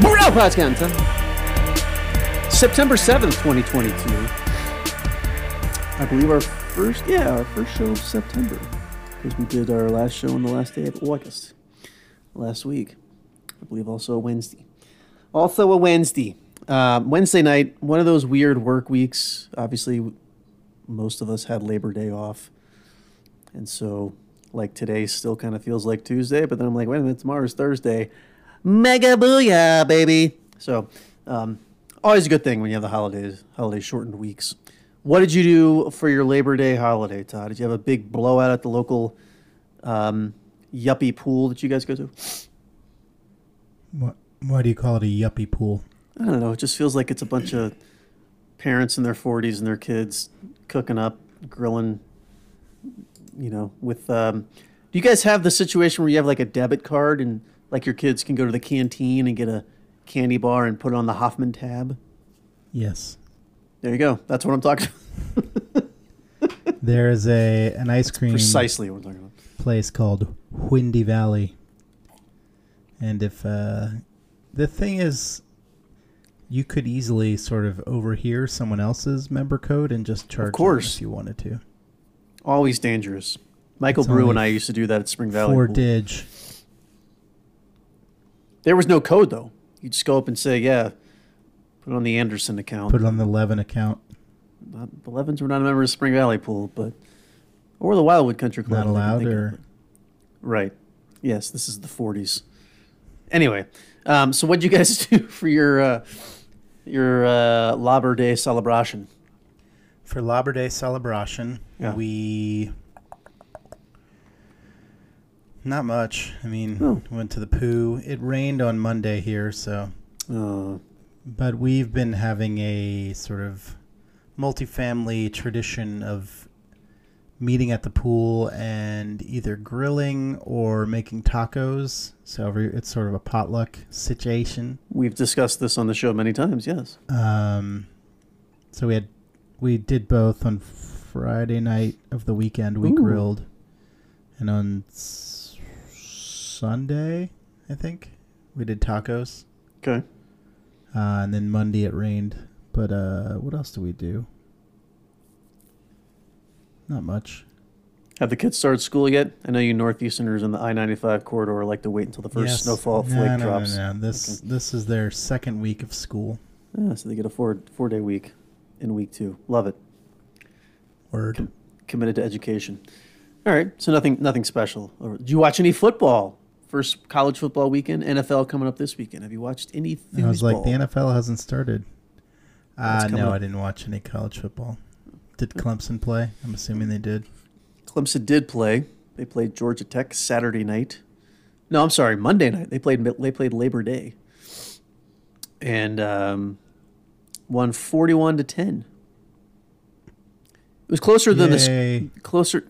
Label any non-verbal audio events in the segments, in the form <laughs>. Podcanta. September 7th, 2022. I believe our first, yeah, our first show of September. Because we did our last show on the last day of August last week. I believe also a Wednesday. Also a Wednesday. Um, Wednesday night, one of those weird work weeks. Obviously, most of us had Labor Day off. And so, like today, still kind of feels like Tuesday, but then I'm like, wait a minute, tomorrow's Thursday. Mega booyah, baby! So, um, always a good thing when you have the holidays, holiday shortened weeks. What did you do for your Labor Day holiday, Todd? Did you have a big blowout at the local um, yuppie pool that you guys go to? What, why do you call it a yuppie pool? I don't know. It just feels like it's a bunch of parents in their 40s and their kids cooking up, grilling, you know, with. Um, do you guys have the situation where you have like a debit card and like your kids can go to the canteen and get a candy bar and put it on the Hoffman tab? Yes. There you go. That's what I'm talking Hmm. There is a an ice cream Precisely what I'm talking about. place called Windy Valley. And if uh, the thing is, you could easily sort of overhear someone else's member code and just charge them course. if you wanted to. Always dangerous. Michael It's Brew only and I used to do that at Spring Valley. Four Pool. dig. There was no code though. You just go up and say, "Yeah, put it on the Anderson account." Put it on the Levin account. Not- the Levens were not a member of Spring Valley Pool, but or the Wildwood Country Club. Not I think, I allowed, think. or right? Yes, this is the '40s. Anyway, um, so what would you guys <laughs> do for your uh, your uh, Labor Day celebration? for Labor Day celebration, Yeah. we not much. I mean, Oh. went to the poo. It rained on Monday here, so Uh, but we've been having a sort of multi-family tradition of meeting at the pool and either grilling or making tacos. So every, it's sort of a potluck situation. we've discussed this on the show many times. Yes. Um, so we had we did both on Friday night of the weekend. We Ooh. grilled, and on s- Sunday, I think we did tacos. Okay. Uh, and then Monday it rained. But uh, what else do we do? Not much. Have the kids started school yet? I know you Northeasterners in the I ninety five corridor like to wait until the first Yes. snowfall No, flake no, no, drops. no. This this is their second week of school. Ah, so they get a four four day week in week two. Love it. Word. Committed to education. All right. So nothing nothing special. Or- Did you watch any football? First college football weekend. NFL coming up this weekend. Have you watched any? I was like, foosball? the NFL hasn't started. It's Uh, coming no, up. I didn't watch any college football. Did Clemson play? I'm assuming they did. Clemson did play. They played Georgia Tech Saturday night. No, I'm sorry, Monday night. They played they played Labor Day, and um, won 41 to 10. It was closer than Yay. the s- closer.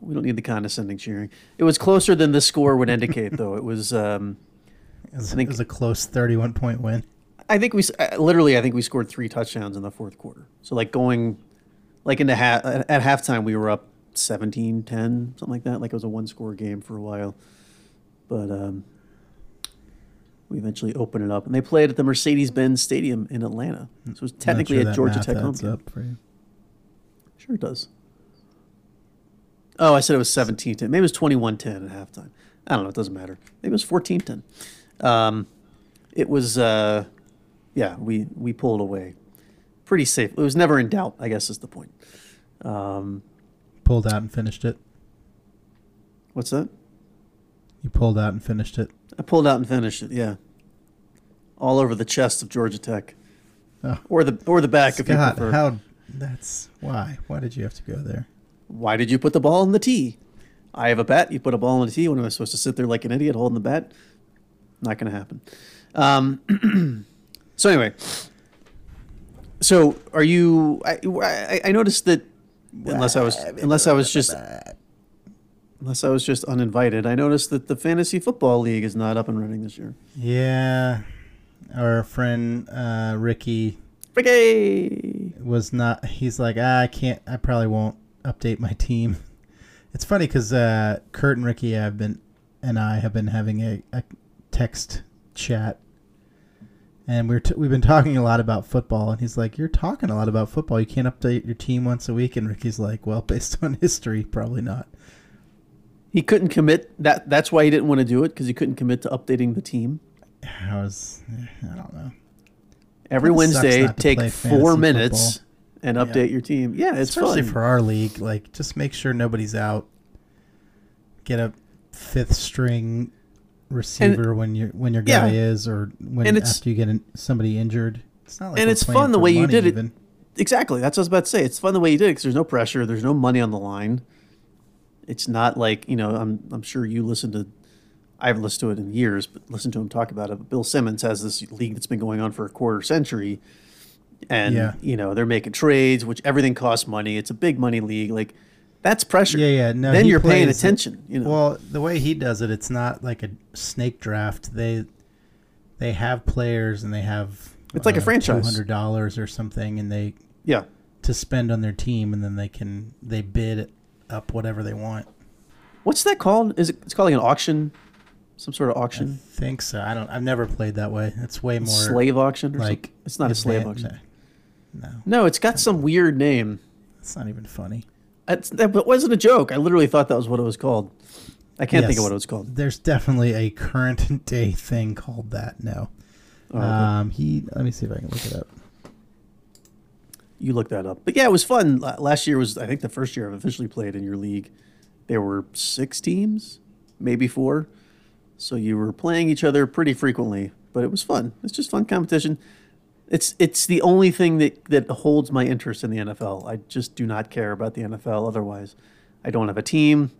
We don't need the condescending cheering. It was closer than the score would indicate, though. It was. Um, It was, think- it was a close 31 point win. I think we s- uh, literally. I think we scored three touchdowns in the fourth quarter. So like going, like into ha- uh, at at halftime we were up 17-10, something like that. Like it was a one score game for a while, but um, we eventually opened it up. And they played at the Mercedes Benz Stadium in Atlanta. So it was I'm Hmm. not technically sure a that Georgia math Tech home adds game. up for you. Sure it does. Oh, I said it was 17 10. Maybe it was 21 10 at halftime. I don't know. It doesn't matter. Maybe it was 14 10. Um, it was, uh, yeah, we, we pulled away pretty safe. It was never in doubt, I guess, is the point. Um, Pulled out and finished it. what's that? You pulled out and finished it. I pulled out and finished it, yeah. All over the chest of Georgia Tech. Oh. Or the or the back if you Scott, prefer. how? That's why. Why did you have to go there? Why did you put the ball in the tee? I have a bat. You put a ball in the tee. When am I supposed to sit there like an idiot holding the bat? Not going to happen. Um, <clears throat> so anyway, so are you? I, I, I noticed that unless I was unless I was just unless I was just uninvited, I noticed that the fantasy football league is not up and running this year. Yeah. Our friend uh, Ricky Ricky, was not he's like ah, i can't i probably won't update my team <laughs> it's funny because uh, kurt and ricky have been and i have been having a, a text chat, and we we're t- we've been talking a lot about football, and he's like, "You're talking a lot about football. You can't update your team once a week." And Ricky's like, "Well, <laughs> based on history, probably not." He couldn't commit. That that's why he didn't want to do it because he couldn't commit to updating the team. I was, I don't know. Every Kinda sucks Wednesday, not to take play four fantasy minutes football. and update your team. Yeah, it's Especially fun. for our league, like just make sure nobody's out. Get a fifth string receiver when your when your guy Yeah. is, or when And it's- after you get in, somebody injured. It's not like and we're it's playing fun the for way you money did it. even. exactly. That's what I was about to say. It's fun the way you did it because there's no pressure. There's no money on the line. It's not like you know. I'm I'm sure you listen to. I've listened to it in years, but listen to him talk about it. But Bill Simmons has this league that's been going on for a quarter century, and Yeah. you know they're making trades, which everything costs money. It's a big money league. Like that's pressure. Yeah, yeah. No, then he you're paying plays it- attention. You know. Well, the way he does it, it's not like a snake draft. They they have players and they have It's like a franchise. two hundred dollars or something, and they yeah. to spend on their team, and then they can they bid up whatever they want. What's that called? Is it? It's called like an auction, some sort of auction, Think so? I don't. I've never played that way. It's way more slave auction. Or like like it's not a slave auction. No, No, it's got some weird name. it's not even funny. That's, that w- wasn't a joke. I literally thought that was what it was called. I can't think Yes. of what it was called. There's definitely a current day thing called that. No. Oh, Um, he. Let me see if I can look it up. You look that up. But yeah, it was fun. La- Last year was, I think, the first year I've officially played in your league. There were six teams, maybe four. So you were playing each other pretty frequently, but it was fun. It's just fun competition. It's it's the only thing that, that holds my interest in the NFL. I just do not care about the NFL otherwise. I don't have a team.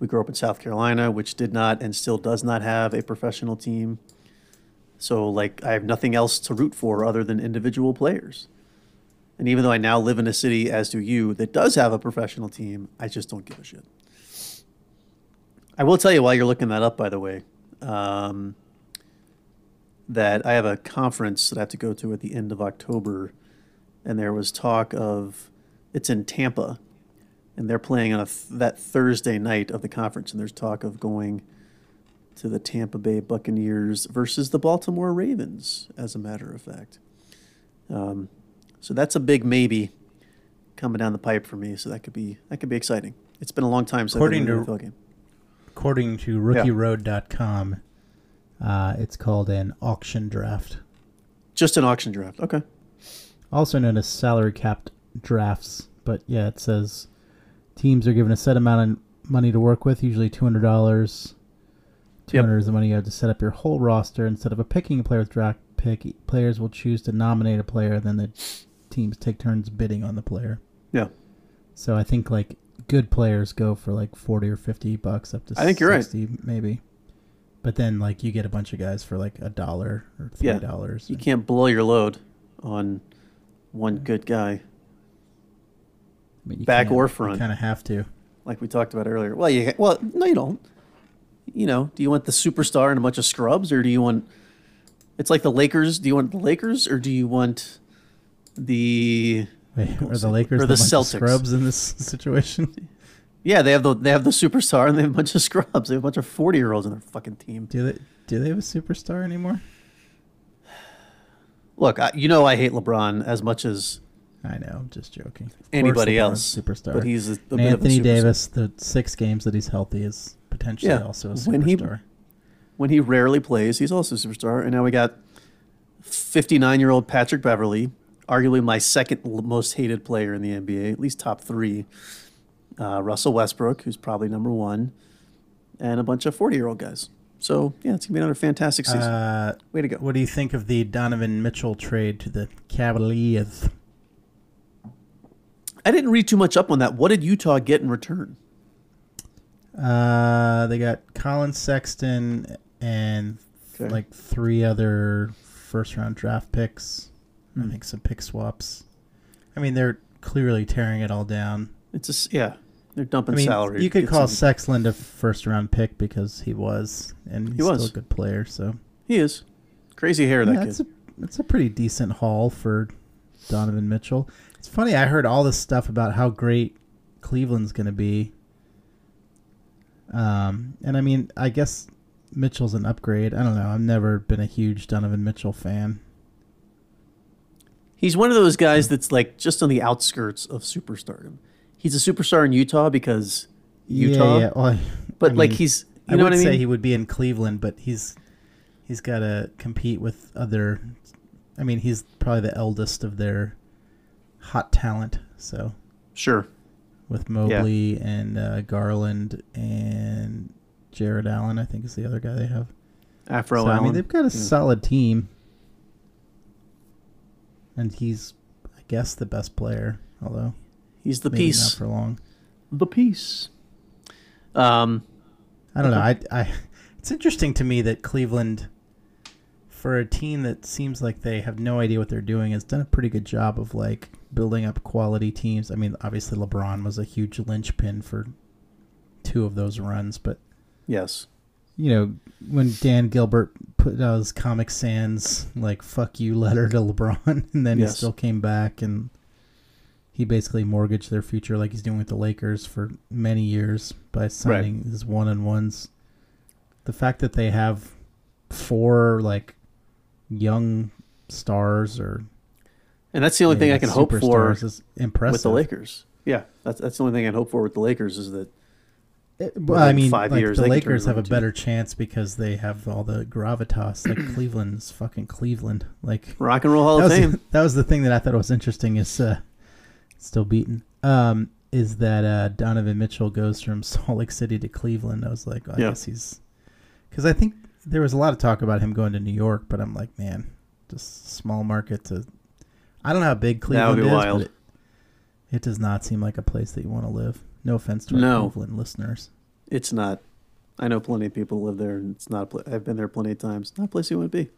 We grew up in South Carolina, which did not and still does not have a professional team. So like I have nothing else to root for other than individual players. And even though I now live in a city, as do you, that does have a professional team, I just don't give a shit. I will tell you while you're looking that up, by the way, um, that I have a conference that I have to go to at the end of October, and there was talk of it's in Tampa, and they're playing on a th- that Thursday night of the conference, and there's talk of going to the Tampa Bay Buccaneers versus the Baltimore Ravens, as a matter of fact. Um, so that's a big maybe coming down the pipe for me. So that could be that could be exciting. It's been a long time since I've been According to to- an NFL game. According to RookieRoad.com, uh, it's called an auction draft, Just an auction draft. Okay. also known as salary capped drafts. But yeah, it says teams are given a set amount of money to work with, usually two hundred dollars. Two Yep. hundred is the money you have to set up your whole roster instead of a picking a player with draft pick. Players will choose to nominate a player, then the teams take turns bidding on the player. Yeah. So I think like good players go for like forty or fifty bucks up to I think you're right. 60 maybe. But then like you get a bunch of guys for like a dollar or Yeah. three dollars. You can't blow your load on one good guy I mean, you back can't. or front. You kind of have to. like we talked about earlier. Well, you well, no you don't. You know, do you want the superstar and a bunch of scrubs or do you want It's like the Lakers, do you want the Lakers or do you want the Wait, are say- the Lakers or the, the bunch Celtics. of scrubs in this <laughs> situation? Yeah, they have the they have the superstar and they have a bunch of scrubs. They have a bunch of 40-year-olds on their fucking team. Do they do they have a superstar anymore? Look, I, you know I hate LeBron as much as I know, I'm just joking. Of course anybody else. LeBron's a superstar. But he's a, a And bit of a Anthony superstar. Davis, the six games that he's healthy is potentially Yeah. also a When he- superstar. when he rarely plays, he's also a superstar. And now we got 59 year old Patrick Beverly, arguably my second l- most hated player in the NBA, at least top three. Uh, Russell Westbrook, who's probably number one, and a bunch of 40 year old guys. So, yeah, it's going to be another fantastic season. uh, Way to go. what do you think of the Donovan Mitchell trade to the Cavaliers? I didn't read too much up on that. What did Utah get in return? Uh, they got Colin Sexton and Okay. like three other first round draft picks. Hmm. I think some pick swaps. I mean, they're clearly tearing it all down. It's a, s- yeah, they're I dumping mean, salary. to you could get call some- Sexland a first round pick because he was, and he's was. still a good player. So He is. Crazy hair, that yeah, kid. that's a that's a pretty decent haul for Donovan Mitchell. It's funny. I heard all this stuff about how great Cleveland's going to be. Um, and I mean, I guess Mitchell's an upgrade. I don't know. I've never been a huge Donovan Mitchell fan. He's one of those guys that's like just on the outskirts of superstardom. He's a superstar in Utah because Utah, Yeah, yeah. Well, <laughs> I- but I like mean, he's you I know would what I mean. say he would be in Cleveland, but he's he's got to compete with other. I mean, he's probably the eldest of their hot talent. So sure, with Mobley and uh, Garland and Jared Allen, I think is the other guy they have. Afro. so I mean, Allen. they've got a solid team, and he's, I guess, the best player. Although he's the maybe piece. not for long. the piece. Um, I don't know. I, I, <laughs> it's interesting to me that Cleveland, for a team that seems like they have no idea what they're doing, has done a pretty good job of like building up quality teams. I mean, obviously LeBron was a huge linchpin for two of those runs, but yes. you know when Dan Gilbert put out his Comic Sans like "fuck you" letter to LeBron, <laughs> and then Yes. he still came back and he basically mortgaged their future like he's doing with the Lakers for many years by signing his one on ones. The fact that they have four like young stars or And that's the only thing I can hope for superstars is impressive. with the Lakers. Yeah, that's that's the only thing I'd hope for with the Lakers is that It- Eh, well, I within mean, five like, years, the they could turn Lakers it have a into- better chance because they have all the <clears throat> gravitas. Like Cleveland's fucking Cleveland. Like Rock and Roll Hall that of was, Fame. the, <laughs> that was the thing that I thought was interesting is uh, still beaten. Um, is that uh, Donovan Mitchell goes from <laughs> Salt Lake City to Cleveland? I was like, I Yeah. guess he's because I think there was a lot of talk about him going to New York, but I'm like, man, just small market to. I don't know how big That would Cleveland be is, wild. but it, it does not seem like a place that you want to live. No offense to our No. Cleveland listeners. It's not. I know plenty of people live there, and it's not. A pla- I've been there plenty of times. Not a place you want to be.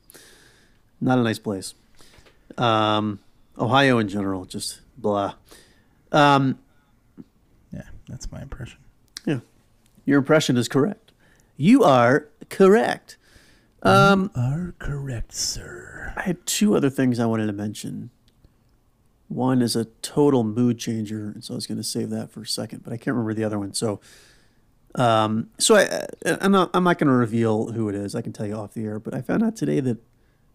Not a nice place. Um, Ohio in general, just blah. Um, Yeah, that's my impression. yeah, your impression is correct. You are correct. Um, Are correct, sir. I had two other things I wanted to mention. One is a total mood changer, and so I was going to save that for a second, but I can't remember the other one. So, um, so I, I- I'm not, I'm not going to reveal who it is. I can tell you off the air, but I found out today that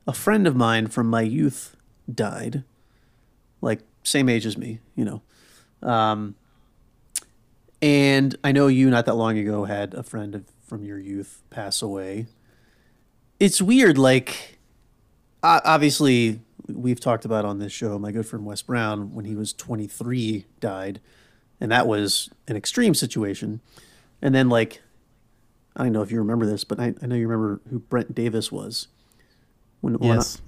a friend of mine from my youth died, like same age as me, you know. Um, and I know you not that long ago had a friend of, from your youth pass away. It's weird, like o- obviously we've talked about on this show my good friend wes brown when he was 23 died and that was an extreme situation and then like i don't know if you remember this but i, I know you remember who brent davis was when, when I- Yes,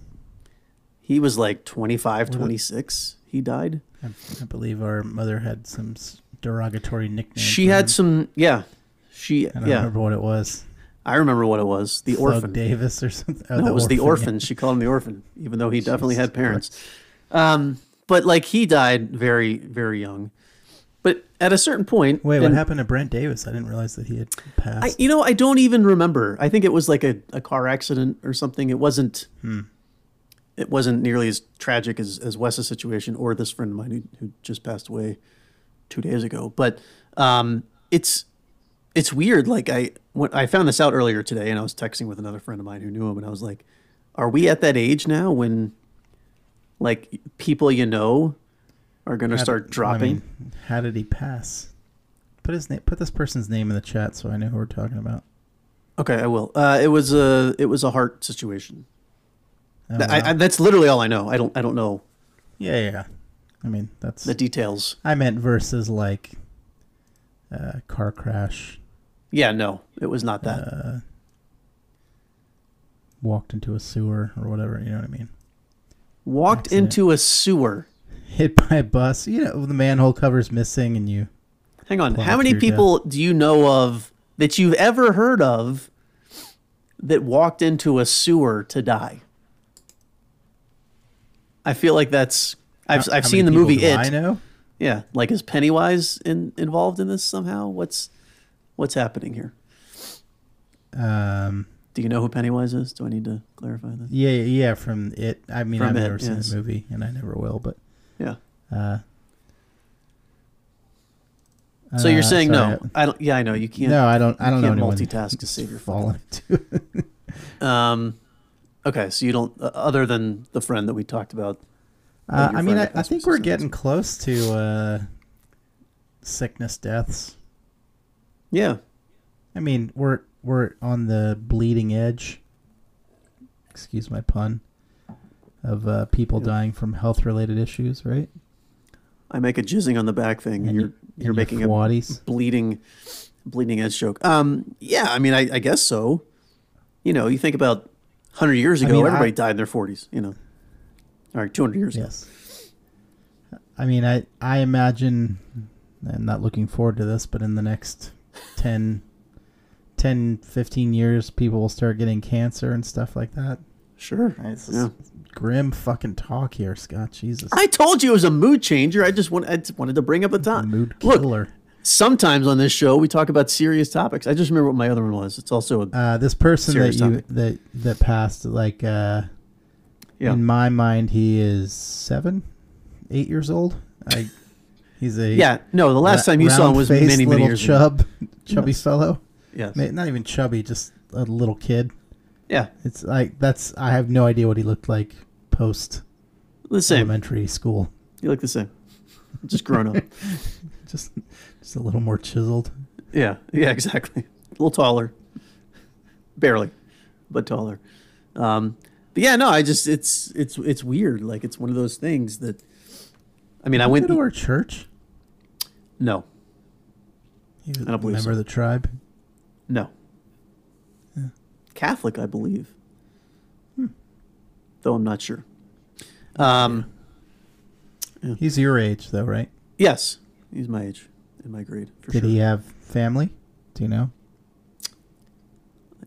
he was like 25 What a- 26 he died I, I believe our mother had some s- derogatory nickname. she for him. had some yeah she I don't yeah remember what it was. i remember what it was the Thug orphan Davis or something. Oh, No, it was the orphan, orphan. She called him the orphan, even though he definitely Jesus had parents. Um, but like he died very, very young. But at a certain point, yeah. Wait, what and happened to Brent Davis? I didn't realize that he had passed. I, you know, I don't even remember. I think it was like a, a car accident or something. It wasn't. Hmm. It wasn't nearly as tragic as as Wes's situation or this friend of mine who, who just passed away two days ago. But um, it's it's weird. Like I when I found this out earlier today, and I was texting with another friend of mine who knew him, and I was like, "Are we at that age now when like people you know are going to How start did- dropping?" I mean, how did he pass? Put his name. Put this person's name in the chat so I know who we're talking about. okay, I will. Uh, it was a it was a heart situation. Oh, Th- I, wow. I, that's literally all I know. I don't I don't know yeah, yeah, yeah. I mean, that's. the details. I meant versus like, uh, car crash, Yeah, no, it was not that. Uh, walked into a sewer or whatever. You know what I mean? Walked accident. into a sewer. Hit by a bus. You know, the manhole cover's missing, and you. Hang on, Plummet how to many your death. people do you know of that you've ever heard of that walked into a sewer to die? I feel like that's I've How I've seen the many people movie do I It. know. Yeah, like is Pennywise in, involved in this somehow? What's what's happening here? Um, Do you know who Pennywise is? Do I need to clarify that? yeah, yeah. From it. I mean, From I've It, never seen yes. the uh, movie, and I never will. But Yeah. uh, So you're Uh, saying sorry. no? I don't. Yeah, I know you can't. no, I don't. I don't know can't anyone. multitask to save your fall <laughs> into. Um, okay, so you don't. Uh, other than the friend that we talked about, Uh, your I mean, friend I, at I think Christmas we're is getting close to uh, sickness deaths. yeah, I mean, we're we're on the bleeding edge. Excuse my pun. Of uh, people Yeah. dying from health-related issues, right? I make a jizzing on the back thing, and, And you're you- you're And your making a Fuatis. bleeding, bleeding edge joke. Um, yeah, I mean, I, I guess so. You know, you think about hundred years I ago, mean, I- everybody died in their forties. You know, all right, two hundred years ago. Yes. I mean, I I imagine I'm not looking forward to this, but in the next 10, 10 15 years, people will start getting cancer and stuff like that. Sure. It's Yeah. grim fucking talk here, Scott. Jesus. I told you it was a mood changer. I just want, I just wanted to bring up a top. Mood Look, killer. sometimes on this show we talk about serious topics. I just remember what my other one was. It's also a, Uh, this person that Serious you topic. that that passed, like uh, yeah. in my mind, he is seven, eight years old. I, he's a Yeah, no, the last ra- time you saw him was round-faced many, many little years ago. <laughs> chub, chubby fellow. Yes. Ma- Not even chubby, just a little kid. Yeah. It's like that's I have no idea what he looked like post Oh, The same. elementary school. You look the same. Just grown <laughs> up. Just just a little more chiseled. yeah. Yeah, exactly. A little taller. Barely, but taller. Um, but yeah, no, I just it's it's it's weird. Like it's one of those things that I mean, I Went went to our church. no. He was I don't a believe member so. of the tribe. No. Catholic, I believe. Hmm. Though I'm not sure. Um, He's your age though, right? yes, he's my age and my grade. For Did sure. he have family? Do you know?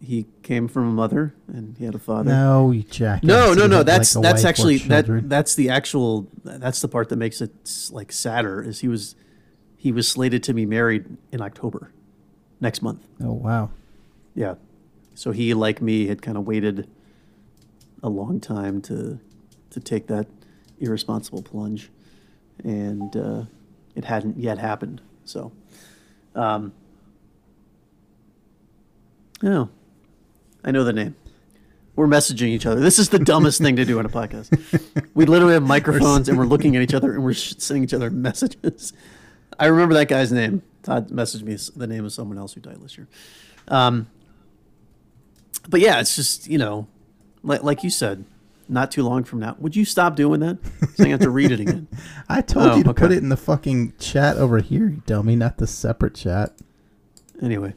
He came from a mother and he had a father. No, you jackass. No, He no, had, no. like, That's a that's wife or actually that children. that's the actual that's the part that makes it s- like sadder is he was he was slated to be married in October next month. Oh wow. Yeah. So he like me had kind of waited a long time to to take that irresponsible plunge and uh, it hadn't yet happened. So um Oh. I know the name. We're messaging each other. This is the dumbest thing to do on a podcast. We literally have microphones and we're looking at each other and we're sh- sending each other messages. I remember that guy's name. Todd messaged me s- the name of someone else who died last year. Um, but yeah, it's just you know, like like you said, not too long from now. Would you stop doing that? 'Cause I have to read it again. I told Oh, you to okay. put it in the fucking chat over here, you dummy, not the separate chat. Anyway,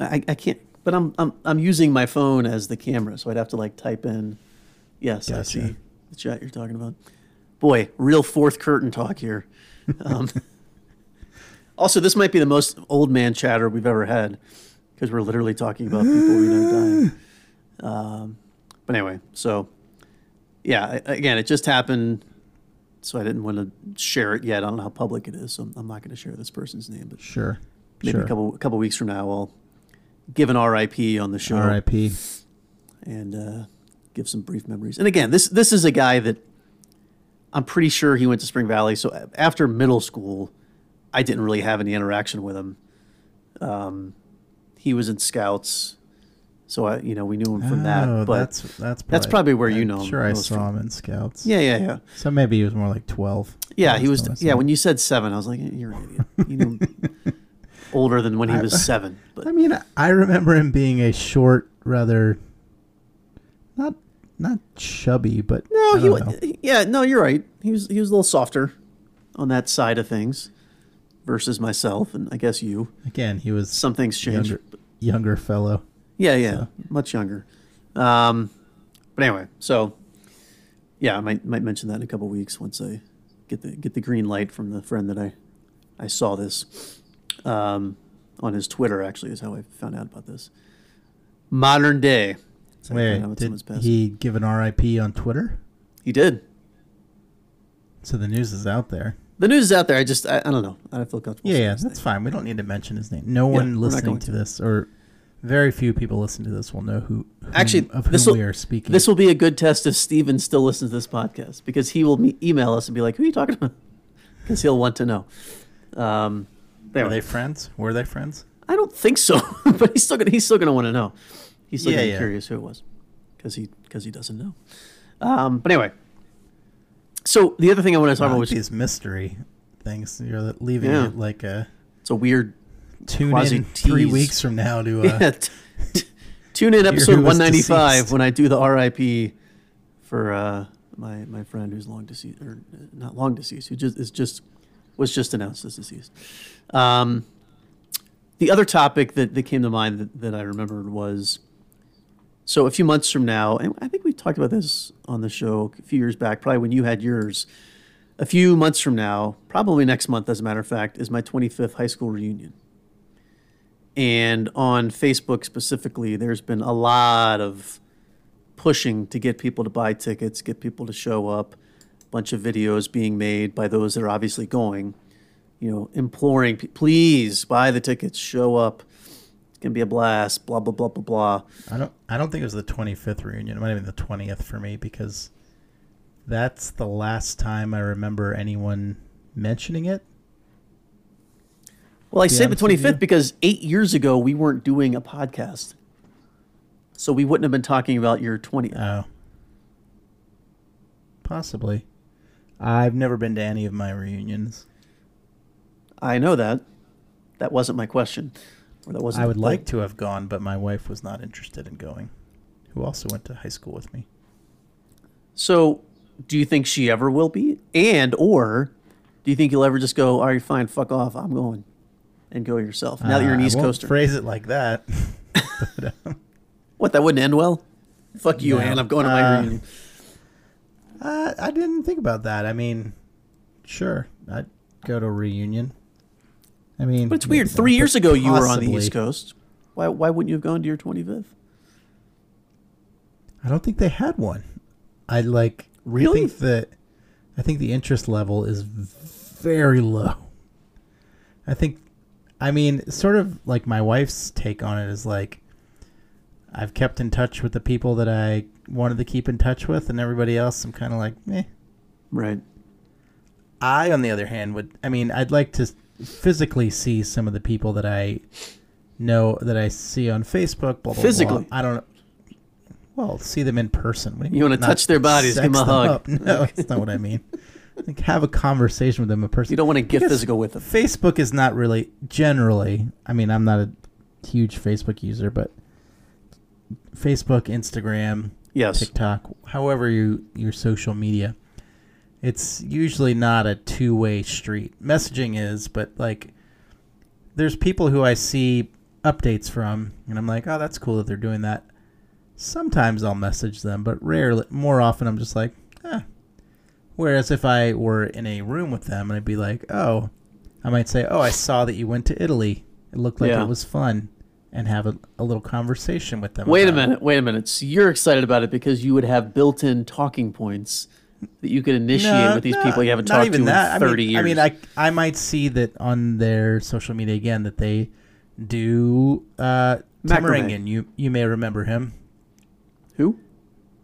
I, I can't. But I'm I'm I'm using my phone as the camera, so I'd have to like type in. Yes, I Gotcha. see the chat you're talking about. Boy, real fourth curtain talk here. Um, also, this might be the most old man chatter we've ever had because we're literally talking about people we know dying. Um, but anyway, so yeah, I- again, it just happened, so I didn't want to share it yet. I don't know how public it is, so I'm, I'm not going to share this person's name. But Sure. maybe sure. a couple a couple weeks from now I'll give an RIP on the show R.I.P. and uh, give some brief memories. And again, this this is a guy that I'm pretty sure he went to Spring Valley. So a- after middle school, I didn't really have any interaction with him. Um, he was in Scouts, so I you know we knew him from Oh, that. But that's that's probably, that's probably where you I'm know him Sure, I most saw from. him in Scouts. yeah, yeah, yeah. So maybe he was more like twelve. Yeah, he was. Last time I saw Yeah, him. when you said seven, I was like, "You're an idiot." You <laughs> know, older than when he I- was seven. But I mean, I remember him being a short, rather not not chubby, but No, I he, don't wa- know. he- yeah, no, you're right. He was he was a little softer on that side of things versus myself and I guess you. again he was Some things change. younger, younger fellow. Yeah, yeah, much younger. Um, but anyway, so yeah, I might might mention that in a couple weeks once I get the get the green light from the friend that I I saw this um, on his Twitter. Actually, is how I found out about this. Modern day. That's how I found out Wait, about did someone's passing. he give an R.I.P. on Twitter? he did. So the news is out there. The news is out there. I just I, I don't know. I don't feel comfortable. Yeah, saying yeah, his name. that's fine. We don't need to mention his name. No Yeah, we're one not listening going to, to. this, or very few people listening to this, will know who. whom- Actually, of this whom will- we are speaking. This will be a good test if Steven still listens to this podcast <laughs> because he will me- email us and be like, "Who are you talking about?" Because he'll want to know. Um, They Were were. they friends? Were they friends? I don't think so, <laughs> but he's still gonna he's still gonna want to know. He's still Yeah, gonna be yeah. curious who it was, because he because he doesn't know. Um, but anyway, so the other thing I want to talk I about like was these mystery things. You're leaving Yeah. it like a it's a weird tune in three Quasi-tease. weeks from now to. Uh, <laughs> Yeah, t- t- tune <laughs> in episode who was 195 deceased. when I do the RIP for uh, my my friend who's long deceased or uh, not long deceased who just is just was just announced as deceased. Um, the other topic that, that came to mind that, that I remembered was so a few months from now, and I think we talked about this on the show a few years back, probably when you had yours. A few months from now, probably next month, as a matter of fact, is my 25th high school reunion. And on Facebook specifically, there's been a lot of pushing to get people to buy tickets, get people to show up, bunch of videos being made by those that are obviously going, you know, imploring, "P- please buy the tickets, show up. It's going to be a blast, blah, blah, blah, blah, blah. I don't. I don't think it was the 25th reunion. It might have been the 20th for me because that's the last time I remember anyone mentioning it. Well, I be say the honest with 25th you. because eight years ago, we weren't doing a podcast. So we wouldn't have been talking about your 20th. Oh, possibly. I've never been to any of my reunions. I know that. That wasn't my question. Or that wasn't I would the- like to have gone, but my wife was not interested in going, who also went to high school with me. So, do you think she ever will be? And or do you think you'll ever just go, "All right, fine, fuck off, I'm going," and go yourself? Now that you're an Uh, I East won't Coaster, Phrase it like that. <laughs> what that wouldn't end well. Fuck you, No. Ann. I'm going to my Uh, reunion. Uh, I didn't think about that. I mean, sure, I'd go to a reunion. I mean, But it's maybe weird. not, Three but years ago, you were on the possibly. East Coast. Why? Why wouldn't you have gone to your 25th? I don't think they had one. I like Really? I think that I think the interest level is very low. I think I mean, sort of like my wife's take on it is like I've kept in touch with the people that I wanted to keep in touch with and everybody else I'm kind of like, "Meh." Right. I on the other hand would I mean, I'd like to physically see some of the people that I know that I see on Facebook, blah blah Physically? blah. I don't well, see them in person. What do You wanna mean? Not touch their bodies, give sex them a hug. <laughs> up. No, that's not what I mean. Like have a conversation with them in person. You don't want to get guess- physical with them. Facebook is not really generally. I mean, I'm not a huge Facebook user, but Facebook, Instagram, Yes. TikTok, however you your social media, it's usually not a two way street. Messaging is, but like there's people who I see updates from and I'm like, oh that's cool that they're doing that. Sometimes I'll message them, but rarely more often I'm just like, eh. Whereas if I were in a room with them and I'd be like, Oh I might say, Oh, I saw that you went to Italy. It looked like Yeah. it was fun and have a, a little conversation with them. Wait a about it. minute. Wait a minute. So you're excited about it because you would have built-in talking points that you could initiate No, with these no, people you haven't not talked even to that. in 30 I years. mean, I mean, I I might see that on their social media again that they do uh, Tim Macrame. Ringen. You you may remember him, Who?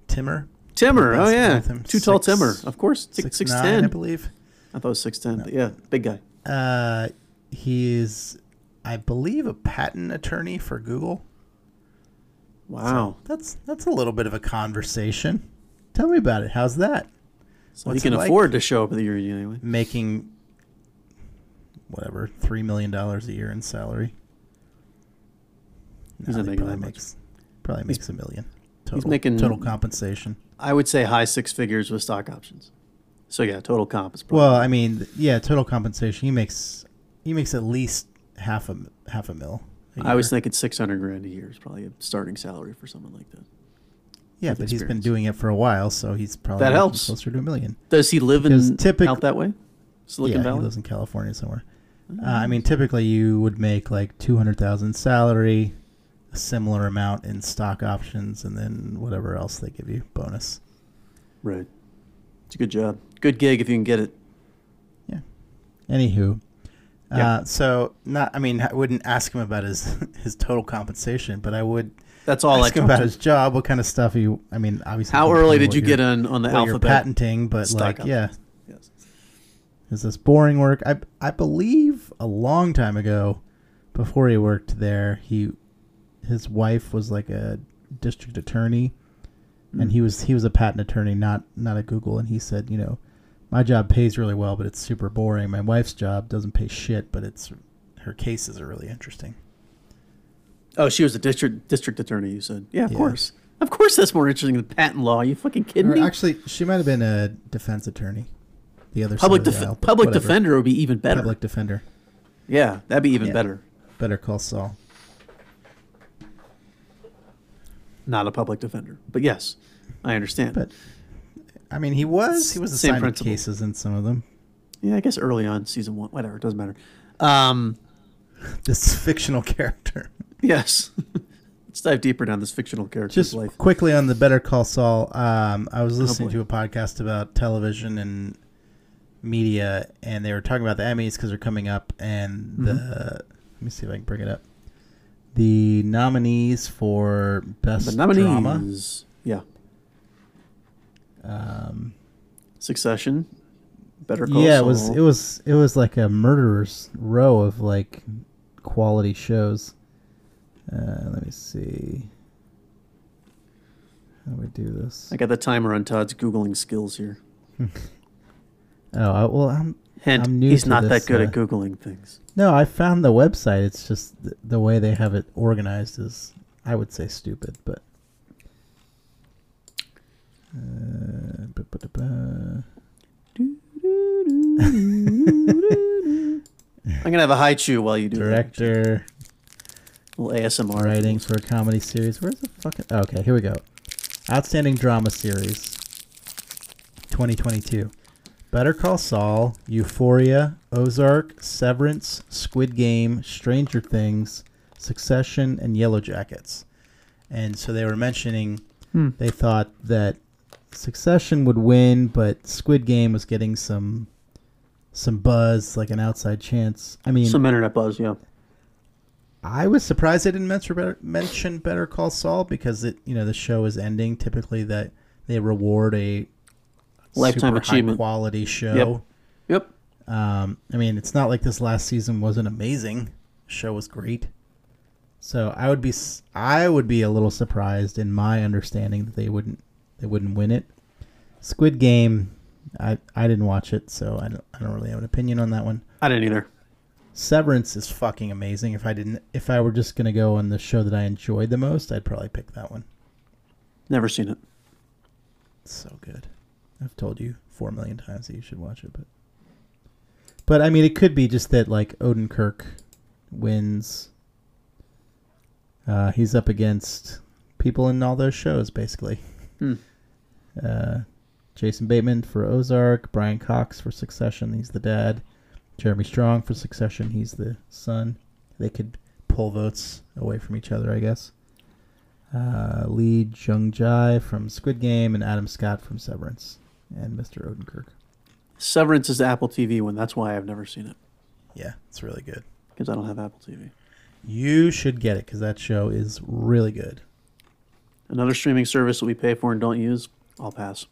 Timmer. Timmer. Played Oh basketball yeah, with him. too tall. Six- Timmer, of course, six six nine, ten. I believe. I thought it was six ten, but yeah, big guy. Uh, he is, I believe, a patent attorney for Google. Wow. That's that's a little bit of a conversation. Tell me about it. How's that? So, he what's can it like? afford to show up at the reunion anyway. Making whatever three million dollars a year in salary. No, He's not he making probably that much. makes probably makes a million. Total, making- total compensation. I would say high six figures with stock options. So yeah, total comp is probably Well, I mean, th- yeah, total compensation. He makes he makes at least half a m- half a mil. a I was year. thinking six hundred grand a year is probably a starting salary for someone like that. yeah, with but he's been experience. doing it for a while, so he's probably That making helps. closer to a million. Does he live Because in typic- out that way? Silicon yeah, Valley. he lives in California somewhere. Uh, I Mm. mean, typically you would make like two hundred thousand salary, a similar amount in stock options, and then whatever else they give you bonus. Right. It's a good job. Good gig if you can get it. Yeah. Anywho, Yeah. uh, so not. I mean, I wouldn't ask him about his <laughs> his total compensation, but I would That's all I ask him can about his job. What kind of stuff he? I mean, obviously. How he can tell early me did what you you're- get on on the what you're alphabet? patenting? But stock like, yeah, Yes. Is this boring work? I I believe a long time ago, before he worked there, he his wife was like a district attorney, and he was he was a patent attorney, not not at Google. And he said, you know, my job pays really well, but it's super boring. My wife's job doesn't pay shit, but it's her cases are really interesting. Oh, she was a district district attorney. You said, yeah, of Yeah. course, of course, that's more interesting than patent law. you fucking kidding Or me? actually, she might have been a defense attorney. The other public side of def- the aisle, but public whatever. defender would be even better. Public defender. Yeah, that'd be even Yeah. better. Better call Saul. Not a public defender, but yes, I understand. But I mean, he was he was Same assigned principle. cases in some of them. yeah, I guess early on season one, whatever, it doesn't matter. Um, This <laughs> fictional character. <laughs> yes, <laughs> let's dive deeper down this fictional character's Just life. quickly on the Better Call Saul. Um, I was listening boy. to a podcast about television and media, and they were talking about the Emmys because they're coming up, and the let me see if I can bring it up. The nominees for best The nominees, drama. yeah, Um, Succession, Better Call yeah, it was Saul. it was it was like a murderer's row of like quality shows. Uh, let me see. How do we do this? I got the timer on Todd's googling skills here. Oh, I, well, I'm Hint, I'm new he's to not this, that good uh, at googling things. <laughs> no, I found the website. It's just th- the way they have it organized is, I would say, stupid. But uh, bu- bu- bu- bu- I'm gonna have a high chew while you do director that. Little ASMR writing for a comedy series. Where's the fucking? oh, okay, here we go. Outstanding drama series. 2022. Better Call Saul, Euphoria, Ozark, Severance, Squid Game, Stranger Things, Succession, and Yellow Jackets. And so they were mentioning Hmm. they thought that Succession would win, but Squid Game was getting some some buzz, like an outside chance. I mean, Some internet buzz, yeah. I was surprised they didn't mention Better, mention Better Call Saul because it, you know, the show is ending. Typically, that they reward a Lifetime super achievement. high quality show. Yep. Um, I mean, it's not like this last season wasn't amazing. Show was great. So I would be s- I would be a little surprised in my understanding that they wouldn't they wouldn't win it. Squid Game, I I didn't watch it, so I don't I don't really have an opinion on that one. I didn't either. Severance is fucking amazing. If I didn't, if I were just gonna go on the show that I enjoyed the most, I'd probably pick that one. Never seen it. It's so good. I've told you four million times that you should watch it, but but I mean, it could be just that like Odin Kirk wins. Uh, he's up against people in all those shows, basically. Hmm. Uh, Jason Bateman for Ozark, Brian Cox for Succession. He's the dad. Jeremy Strong for Succession. He's the son. They could pull votes away from each other, I guess. Uh, Lee Jung Jae from Squid Game and Adam Scott from Severance and Mr. Odenkirk. Severance is the Apple TV one. That's why I've never seen it Yeah, it's really good. because I don't have Apple TV. You should get it because that show is really good. Another streaming service that we pay for and don't use, I'll pass.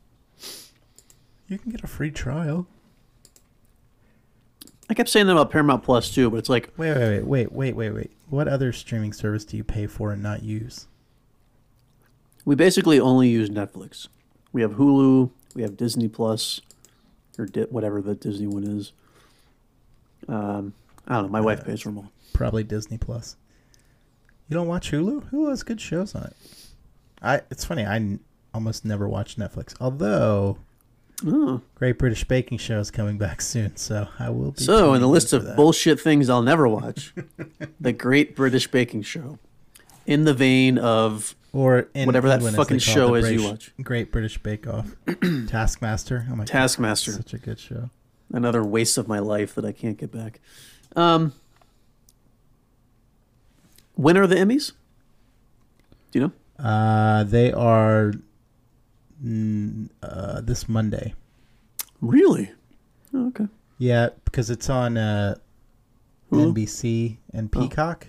You can get a free trial. I kept saying that about Paramount Plus too, but it's like Wait, wait, wait, wait, wait, wait, wait. What other streaming service do you pay for and not use? we basically only use Netflix. We have Hulu, we have Disney Plus, or di- whatever the Disney one is. Um, I don't know. My wife pays for them all. Probably Disney Plus. You don't watch Hulu? Hulu has good shows on it. I. It's funny. I n- almost never watch Netflix. Although Oh. Great British Baking Show is coming <laughs> back soon, so I will be. So, in the tuning list for of that. bullshit things I'll never <laughs> watch, The Great British Baking Show, in the vein of or in whatever that England, as they fucking call show it, the is you British- watch. Great British <clears throat> Bake Off, Taskmaster. Oh my god, Taskmaster, such a good show. another waste of my life that I can't get back. Um, when are the Emmys? Do you know? Uh, they are mm, uh, this Monday. Really? Oh, okay. Yeah, because it's on uh, Hulu? Oh. NBC and Peacock,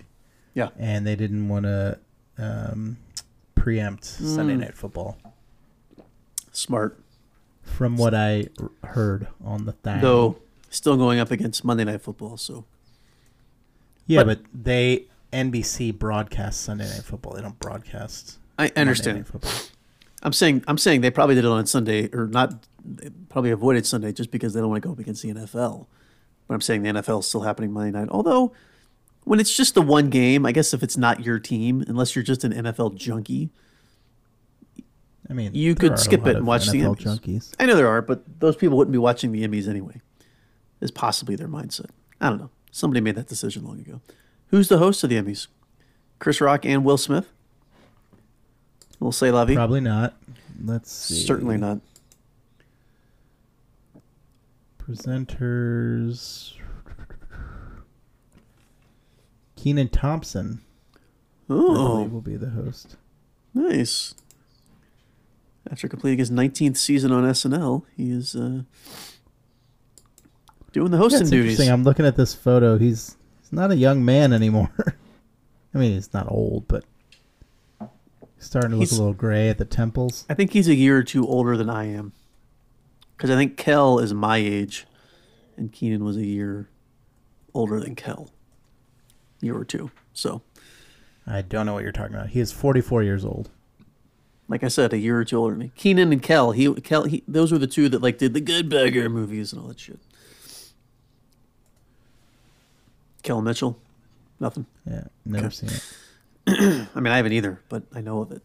Yeah. and they didn't want to um, preempt Mm. Sunday Night Football. Smart. From what I r- heard on the thing, Though still going up against Monday Night Football. So Yeah, but, they NBC broadcasts Sunday Night Football. They don't broadcast. I Monday understand. Night Football. I'm saying I'm saying they probably did it on Sunday or not. They probably avoided Sunday just because they don't want to go up against the NFL. But I'm saying the NFL is still happening Monday night. Although when it's just the one game, I guess if it's not your team, unless you're just an NFL junkie, I mean, You there could are a skip lot it and of watch the NFL Emmys. junkies. I know there are, but those people wouldn't be watching the Emmys anyway. Is possibly their mindset. I don't know. Somebody made that decision long ago. Who's the host of the Emmys? Chris Rock and Will Smith. We'll say Lovey. Probably not. Let's see. Certainly not. Presenters. Keenan Thompson I Oh, believe, will be the host. nice. After completing his 19th season on SNL, he is uh, doing the Yeah, hosting it's duties. interesting. I'm looking at this photo. He's he's not a young man anymore. <laughs> I mean, he's not old, but he's starting to look He's- a little gray at the temples. I think he's a year or two older than I am. Because I think Kel is my age, and Keenan was a year older than Kel. Year or two. So, I don't know what you're talking about. He is 44 years old. like I said, a year or two older than me. Keenan and Kel, he, Kel, he, those were the two that like did the Good Burger movies and all that shit. Kel Mitchell, nothing. Yeah, never seen it. I mean, I haven't either, but I know of it.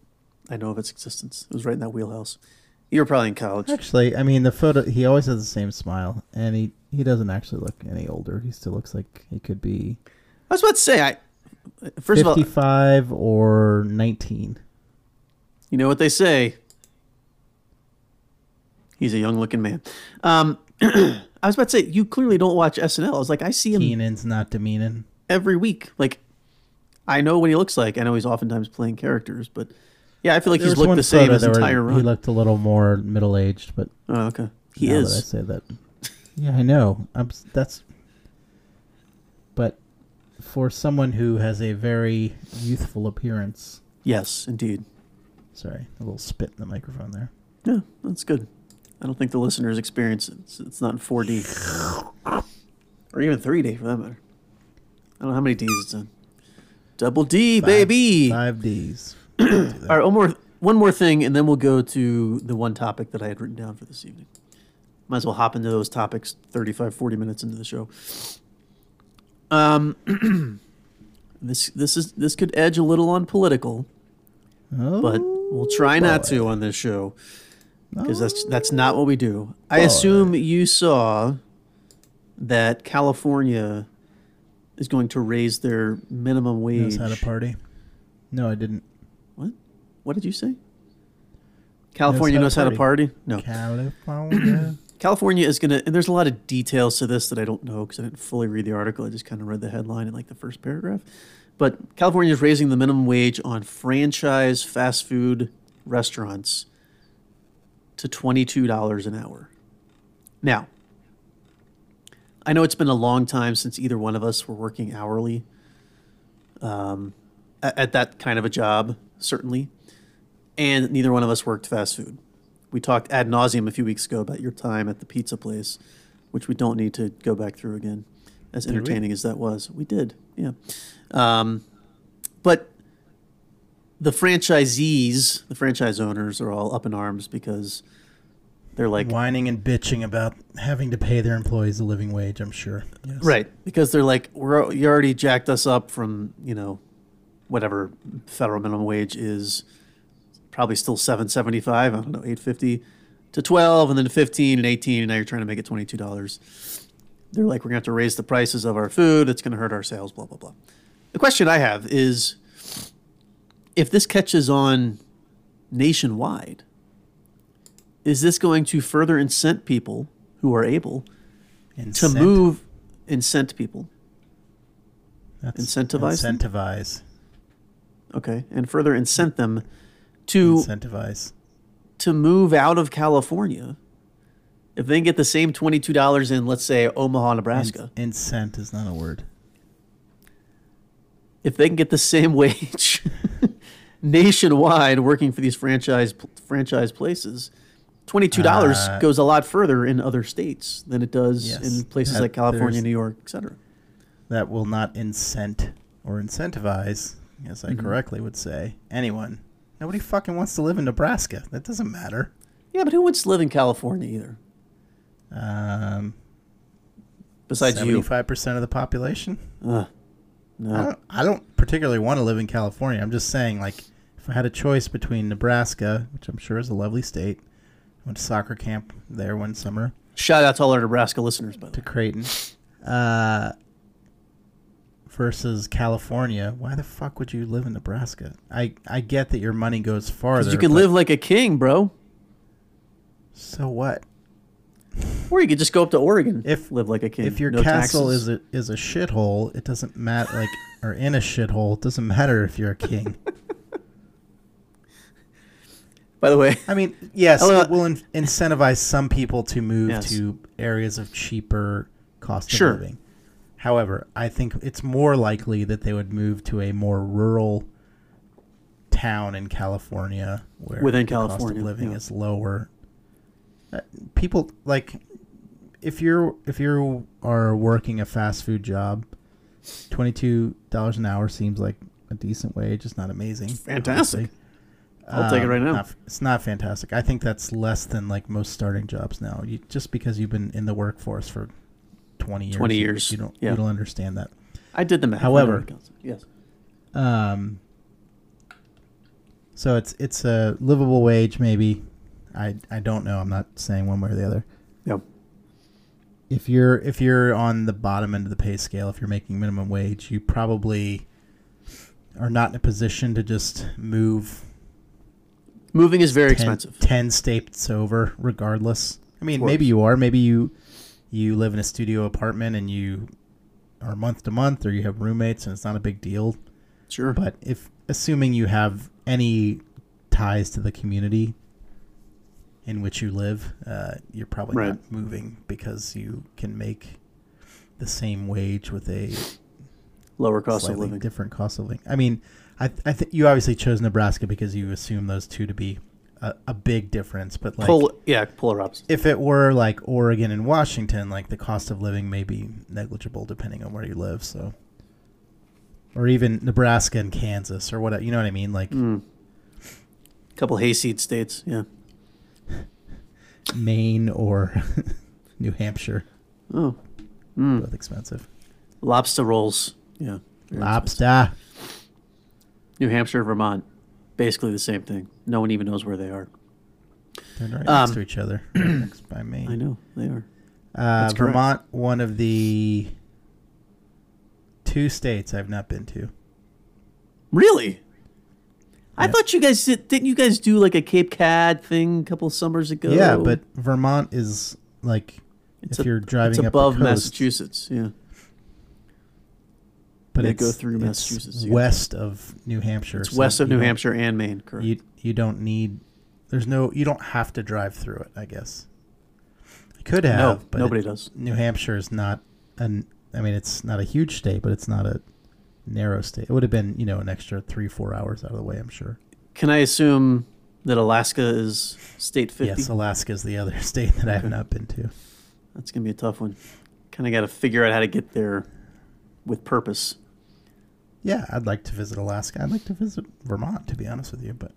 I know of its existence. It was right in that wheelhouse. You were probably in college. Actually, I mean, the photo. He always has the same smile, and he he doesn't actually look any older. He still looks like he could be I was about to say, I first of all, 55 or 19. You know what they say. He's a young-looking man. Um, <clears throat> I was about to say you clearly don't watch SNL. I was like, I see him Keenan's not demeaning. every week. Like, I know what he looks like. I know he's oftentimes playing characters, but yeah, I feel like There he's was looked one the same photo his there where entire He run. looked a little more middle aged, but oh, okay, he now that is. I say that. Yeah, I know. I'm, s- that's. But for someone who has a very youthful appearance, Yes, indeed. sorry, a little spit in the microphone there. Yeah, that's good. I don't think the listeners experience it. It's, it's not in 4D or even 3D for that matter. I don't know how many D's it's in. Double D, baby. Five D's. All right, one more one more thing, and then we'll go to the one topic that I had written down for this evening. Might as well hop into those topics 35, 40 minutes into the show. Um, <clears throat> this this is this could edge a little on political, Oh, but we'll try not boy. to on this show because that's Oh. that's not what we do. I assume you saw that California is going to raise their minimum wage. Knows how to party. No, I didn't. What? What did you say? California knows how to party? No. California. California is going to, and there's a lot of details to this that I don't know because I didn't fully read the article. I just kind of read the headline and like the first paragraph. But California is raising the minimum wage on franchise fast food restaurants to $22 an hour. Now, I know it's been a long time since either one of us were working hourly um, a- at that kind of a job, certainly. And neither one of us worked fast food. We talked ad nauseum a few weeks ago about your time at the pizza place, which we don't need to go back through again, as entertaining as that was. We did, yeah. Um, but the franchisees, the franchise owners, are all up in arms because they're like, Whining and bitching about having to pay their employees a living wage, I'm sure. Yes. Right, because they're like, we're you already jacked us up from you know, whatever federal minimum wage is, probably still seven seventy five. I don't know, eight fifty to twelve, and then fifteen and eighteen, and now you're trying to make it twenty two dollars. They're like, we're gonna have to raise the prices of our food. It's gonna hurt our sales. Blah blah blah. The question I have is, if this catches on nationwide, is this going to further incent people who are able? Incent- to move incent people that's- incentivize them? Incentivize. okay and further incent them to Incentivize. to move out of california if they can get the same $22 in let's say omaha nebraska In- incent is not a word. if they can get the same <laughs> wage nationwide working for these franchise franchise places Twenty-two dollars Uh, goes a lot further in other states than it does Yes. in places Uh, like California, there's- New York, etc. that will not incent or incentivize, as Mm-hmm. I correctly would say, anyone. Nobody fucking wants to live in Nebraska. That doesn't matter. Yeah, but who wants to live in California either? Um, Besides you, Seventy-five percent of the population. Ugh. I no. don't. I don't particularly want to live in California. I'm just saying, like, if I had a choice between Nebraska, which I'm sure is a lovely state, I went to soccer camp there one summer Shout out to all our Nebraska listeners, by the to way. Creighton, uh, versus California. Why the fuck would you live in Nebraska? I I get that your money goes farther. You could but live like a king, bro, So what? or you could just go up to Oregon. If- live like a king, If your no castle taxes. is a is a shithole, it doesn't matter. Like, or in a shithole, it doesn't matter if you're a king. by the way, <laughs> I mean, yes, Although- it will in- incentivize some people to move Yes. to areas of cheaper cost of Sure. living. However, I think it's more likely that they would move to a more rural town in California where Within the cost of California, living yeah. is lower. Uh, People like if you're if you are working a fast food job, twenty two dollars an hour seems like a decent wage. It's not amazing. Fantastic. obviously. I'll take it Um, right now. not f- it's not fantastic. I think that's less than like most starting jobs now. You, just because you've been in the workforce for twenty years, 20 you- years, you don't yeah. you don't understand that. I did the math. I know However- it counts. yes, Um, so it's it's a livable wage, maybe. I I don't know. I'm not saying one way or the other. yeah, If you're if you're on the bottom end of the pay scale, if you're making minimum wage, you probably are not in a position to just move moving is very 10 expensive. 10 states over regardless i mean Of course. maybe you are maybe you you live in a studio apartment and you are month to month or you have roommates and it's not a big deal Sure, but if assuming you have any ties to the community in which you live uh, you're probably Right. not moving because you can make the same wage with a lower cost of slightly living. different cost of living. I mean, I th- I think you obviously chose Nebraska because you assume those two to be a, a big difference. But like, Pol- yeah, polar opposite. if it were like Oregon and Washington, like the cost of living may be negligible depending on where you live. So, or even Nebraska and Kansas or what you know what I mean. Like Hmm. couple hayseed states. Yeah. Maine or <laughs> New Hampshire, Oh, both expensive. lobster rolls. Yeah. very expensive. Lobster. New Hampshire, Vermont, basically the same thing. No one even knows where they are. They're right Um, next to <clears throat> each other. right next by Maine. I know they are. Uh, That's correct. Vermont, one of the two states I've not been to. Really? I Yeah. thought you guys did, didn't. You guys do like a Cape Cod thing a couple summers ago. Yeah, but Vermont is like if a- you're Oh. it's driving up above the coast, Massachusetts. Yeah. but Yeah, it's, go through it's Massachusetts, you- west of New Hampshire. It's so west of you New don't- Hampshire and Maine. Correct. You you don't need. There's no. You don't have to drive through it. I guess. I could no, have, but nobody it- does. New Hampshire is not an. I mean, it's not a huge state, but it's not a narrow state. It would have been, you know, an extra three, four hours out of the way. I'm sure. Can I assume that Alaska is state fifty? Yes, Alaska is the other <laughs> state that I have not been to. That's gonna be a tough one. Kind of got to figure out how to get there with purpose. Yeah, I'd like to visit Alaska. I'd like to visit Vermont, to be honest with you, but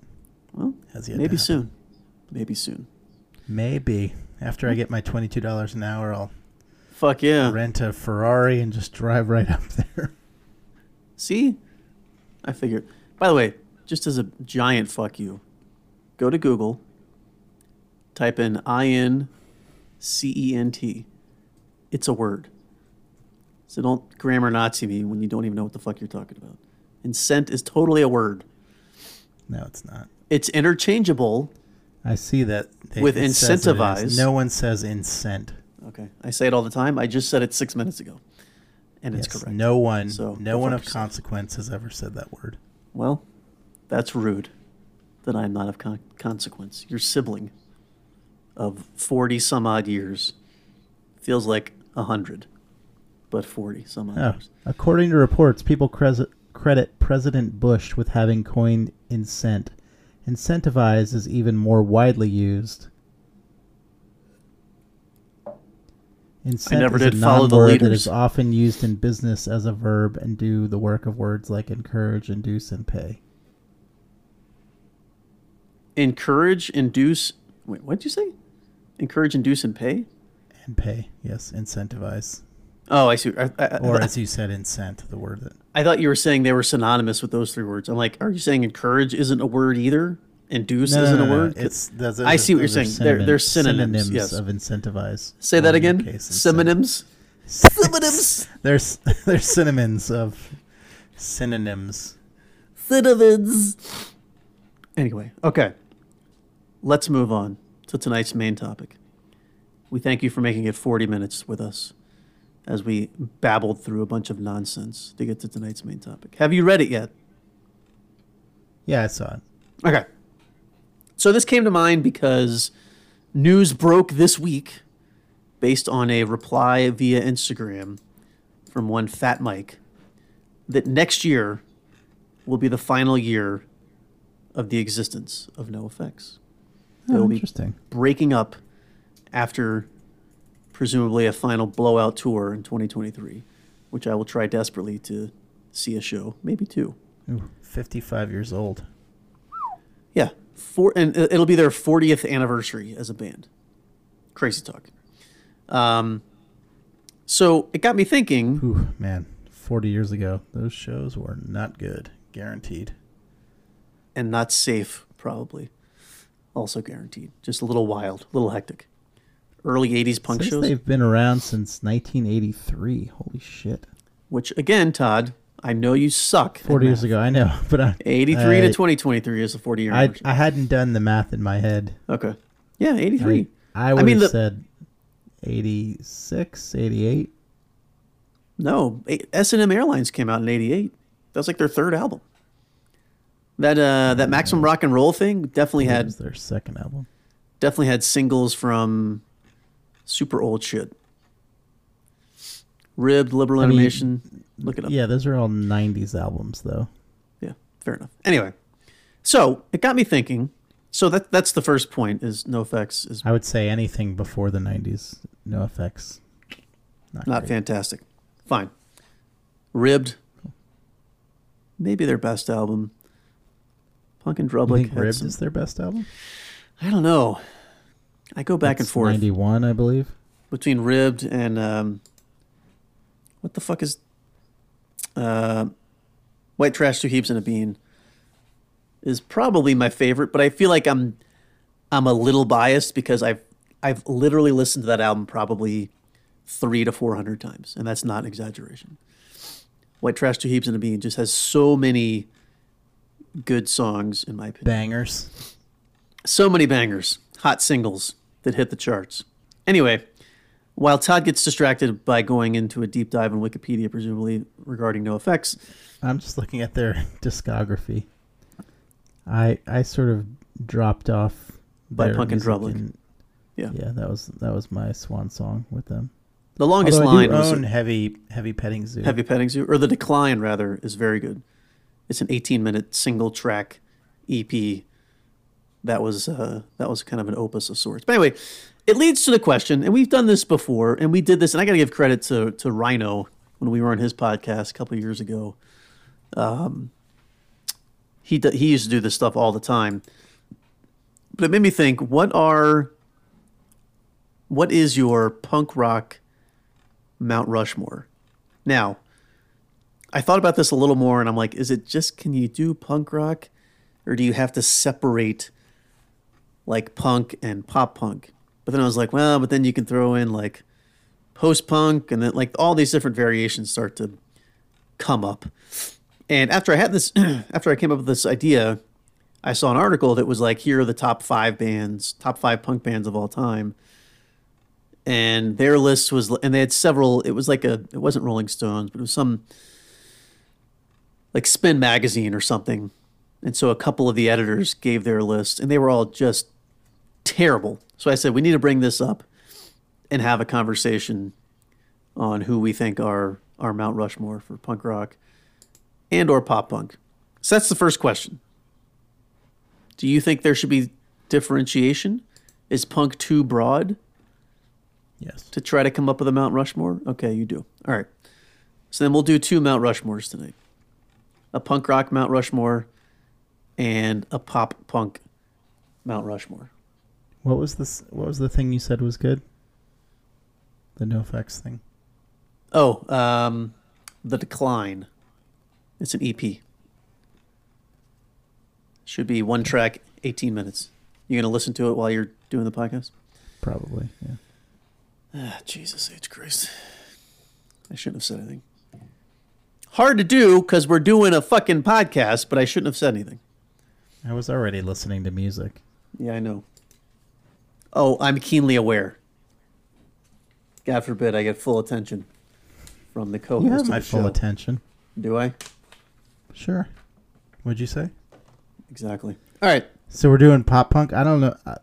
Well, has yet to maybe happen. soon. Maybe soon. Maybe after Hmm. I get my twenty-two dollars an hour, I'll Fuck yeah. rent a Ferrari and just drive right up <laughs> there. See? I figured. By the way, just as a giant fuck you, go to Google, type in I N C E N T. It's a word. So don't grammar Nazi me when you don't even know what the fuck you're talking about. Incent is totally a word. No, it's not. It's interchangeable. I see that they, With it says that it is. incentivize. No one says incent. Okay. I say it all the time. I just said it six minutes ago. And it's Yes, correct. No one, So, no go one fuck of yourself. consequence has ever said that word. Well, that's rude that I'm not of con- consequence. Your sibling of 40 some odd years feels like 100, but 40 some odd Oh, years. according to reports, people cres- credit President Bush with having coined incent. Incentivize is even more widely used Incent never is a did follow the non-word that leaders. is often used in business as a verb and do the work of words like encourage, induce, and pay. Encourage, induce. Wait, what did you say? Encourage, induce, and pay. And pay, yes, incentivize. Oh, I see. I, I, I- Or as you said, incent, the word that. I thought you were saying they were synonymous with those three words. I'm like, are you saying encourage isn't a word either? Induce No, isn't no, a no, no, word. It's, those, I see what you're saying. They're- they're synonyms, yes. of incentivize. Say or that in your again. case, incent. Synonyms. Synonyms. They're, s- <laughs> they're synonyms of synonyms. Synonyms. Anyway, okay. Let's move on to tonight's main topic. We thank you for making it 40 minutes with us as we babbled through a bunch of nonsense to get to tonight's main topic. Have you read it yet? Yeah, I saw it. Okay. So this came to mind because news broke this week based on a reply via Instagram from one Fat Mike that next year will be the final year of the existence of No Effects. They Oh, will be interesting. breaking up after presumably a final blowout tour in 2023, which I will try desperately to see a show, maybe two. Ooh, 55 years old. Yeah, four, and it- it'll be their 40th anniversary as a band. Crazy talk. Um, so it got me thinking. Ooh, man, 40 years ago, those shows were not good, guaranteed. and not safe, probably. Also guaranteed. Just a little wild, a little hectic. Early 80s punk Since shows, they've been around since 1983. Holy shit. which again, Todd, I know you suck. at 40 years math. ago, I know, <laughs> but I 83 I, to 2023 is the 40 year I, anniversary. I hadn't done the math in my head. okay. Yeah, 83. I, I would mean, have the- said 86, 88. No, A- S&M Airlines came out in '88. That's like their third album. That uh, that Maximum Rock and Roll thing definitely That had was their second album. definitely had singles from super old shit. Ribbed, Liberal mean, Animation. Look it up. Yeah, those are all 90s albums, though. yeah, fair enough. Anyway, so it got me thinking. So that that's the first point is no effects is I would say anything before the 90s, no effects. not fantastic. Fine. Ribbed, maybe their best album. Punk and You Drublic think had Ribbed some is their best album? I don't know. I go back and It's forth 91, I believe. between ribbed and um, what the fuck is uh, white trash two heaps and a bean is probably my favorite, but I feel like I'm I'm a little biased because I've I've literally listened to that album probably three to four hundred times, and that's not an exaggeration. White trash two heaps and a bean just has so many good songs in my opinion Bangers. so many bangers, hot singles that hit the charts. Anyway, while Todd gets distracted by going into a deep dive on Wikipedia, presumably regarding no effects, I'm just looking at their <laughs> discography. I I sort of dropped off By their Punk and music Drublic. in- Yeah. yeah, that was that was my swan song with them. the longest Although I line do was own heavy heavy petting zoo. Heavy Petting Zoo, or The Decline, rather, is very good. It's an 18 minute single track EP that was uh, that was kind of an opus of sorts. But anyway, it leads to the question, and we've done this before, and we did this, and I got to give credit to to Rhino when we were on his podcast a couple of years ago. Um, he d- he used to do this stuff all the time, but it made me think: what are what is your punk rock Mount Rushmore? Now, I thought about this a little more and I'm like, is it just can you do punk rock or do you have to separate like punk and pop punk? But then I was like, well, but then you can throw in like post punk and then like all these different variations start to come up. And after I had this, <clears throat> after I came up with this idea, I saw an article that was like, here are the top five bands, top five punk bands of all time and their list was and they had several it was like a it wasn't rolling stones but it was some like spin magazine or something and so a couple of the editors gave their list and they were all just terrible so i said we need to bring this up and have a conversation on who we think are our mount rushmore for punk rock and or pop punk so that's the first question do you think there should be differentiation is punk too broad Yes. to try to come up with a Mount Rushmore? Okay, you do. All right. So then we'll do two Mount Rushmores tonight a punk rock Mount Rushmore and a pop punk Mount Rushmore. What was this? What was the thing you said was good? The no effects thing. Oh, um, The Decline. It's an EP. Should be one track, 18 minutes. You're going to listen to it while you're doing the podcast? Probably. Yeah. Ah, Jesus H. Christ. I shouldn't have said anything. Hard to do because we're doing a fucking podcast, but I shouldn't have said anything. I was already listening to music. Yeah, I know. Oh, I'm keenly aware. God forbid I get full attention from the co-host You of have the my full show. attention. Do I? Sure. What'd you say? Exactly. All right. So we're doing pop punk. I don't know. I,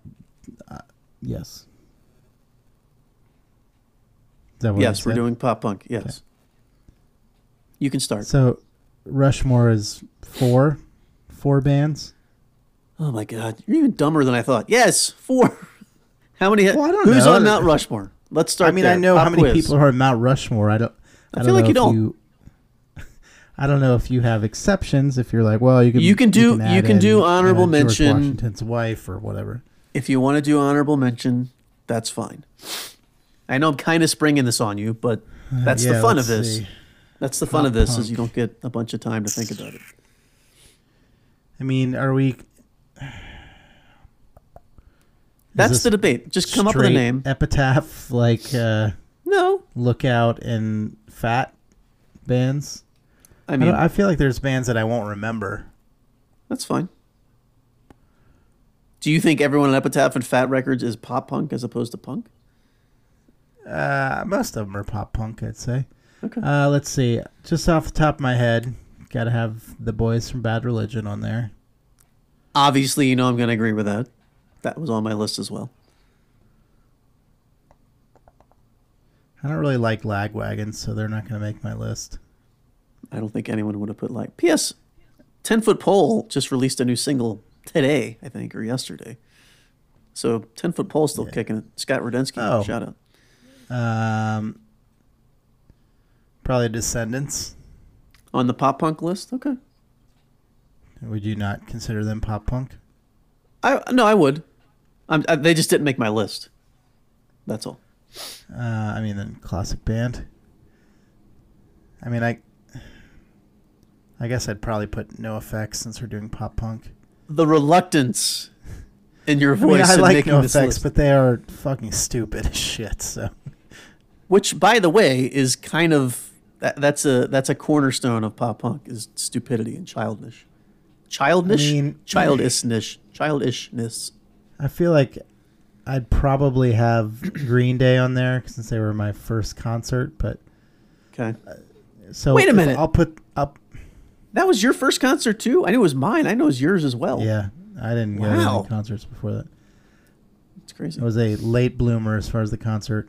I, yes. Is that what yes, you we're said? doing pop punk. Yes. You can start. So Rushmore is four, four bands. oh my God, you're even dumber than I thought. Yes, four. <laughs> How many? Well, I don't who's know. on Mount Rushmore? Let's start. I mean, I there. know Pop how many quiz. people are on Mount Rushmore. I don't. I, feel don't like know you if don't. <laughs> I don't know if you have exceptions. If you're like, well, you can You can do- you add can do in, honorable you know, George mention. Washington's wife or whatever. If you want to do honorable mention, that's fine. I know I'm kind of springing this on you, but that's the Uh, yeah, fun of let's this. see. That's the fun Pop of this is punk. you don't get a bunch of time to think about it. I mean, are we? That's this the debate. Just come up with a straight name. Epitaph, like uh, No, Lookout and Fat bands. I I, mean don't- I feel like there's bands that I won't remember. that's fine. Do you think everyone at Epitaph and Fat Records is pop punk as opposed to punk? Uh, most of them are pop punk, I'd say. Okay. Uh, let's see. Just off the top of my head, got to have the boys from Bad Religion on there. Obviously, you know I'm going to agree with that. That was on my list as well. I don't really like Lagwagon, so they're not going to make my list. I don't think anyone would have put like. P.S. Ten Foot Pole just released a new single today, I think, or yesterday. So Ten Foot Pole still kicking it. Scott Rudensky, Oh. shout out. Um, probably Descendants. On the pop punk list, okay. Would you not consider them pop punk? I no, I would. I'm, I, they just didn't make my list. That's all. Uh, I mean, then classic band. I mean, I. I guess I'd probably put No Effects since we're doing pop punk. The reluctance in your <laughs> I mean, voice I in like making No this Effects, list, but they are fucking stupid <laughs> as shit. So which, by the way, is kind of that, that's a that's a cornerstone of pop punk is stupidity and childish, childish, I mean- childishness, childishness. I feel like I'd probably have Green Day on there since they were my first concert. But Okay, so Wait a if minute. I'll put up. Uh, that was your first concert too. I knew it was mine. I know it was yours as well. Yeah, I didn't go to Oh. Wow. any concerts before that. it's crazy I was a late bloomer as far as the concert.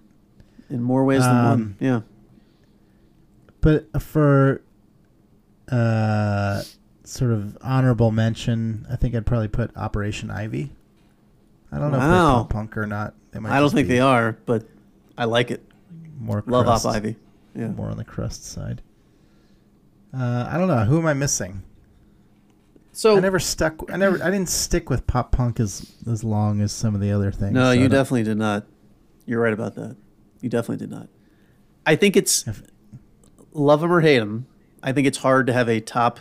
in more ways than one. Um, Yeah, But for uh, sort of honorable mention, I think I'd probably put Operation Ivy. I don't know if they're Wow. pop punk or not. They might I don't just think be they are, but I like it. More Love crust, Op Ivy. Yeah. More on the crust side. Uh, I don't know. Who am I missing? So I never stuck. I never. I didn't stick with pop punk as as long as some of the other things. No, so I you don't- definitely did not. You're right about that. You definitely did not. I think it's if- love him or hate him. I think it's hard to have a top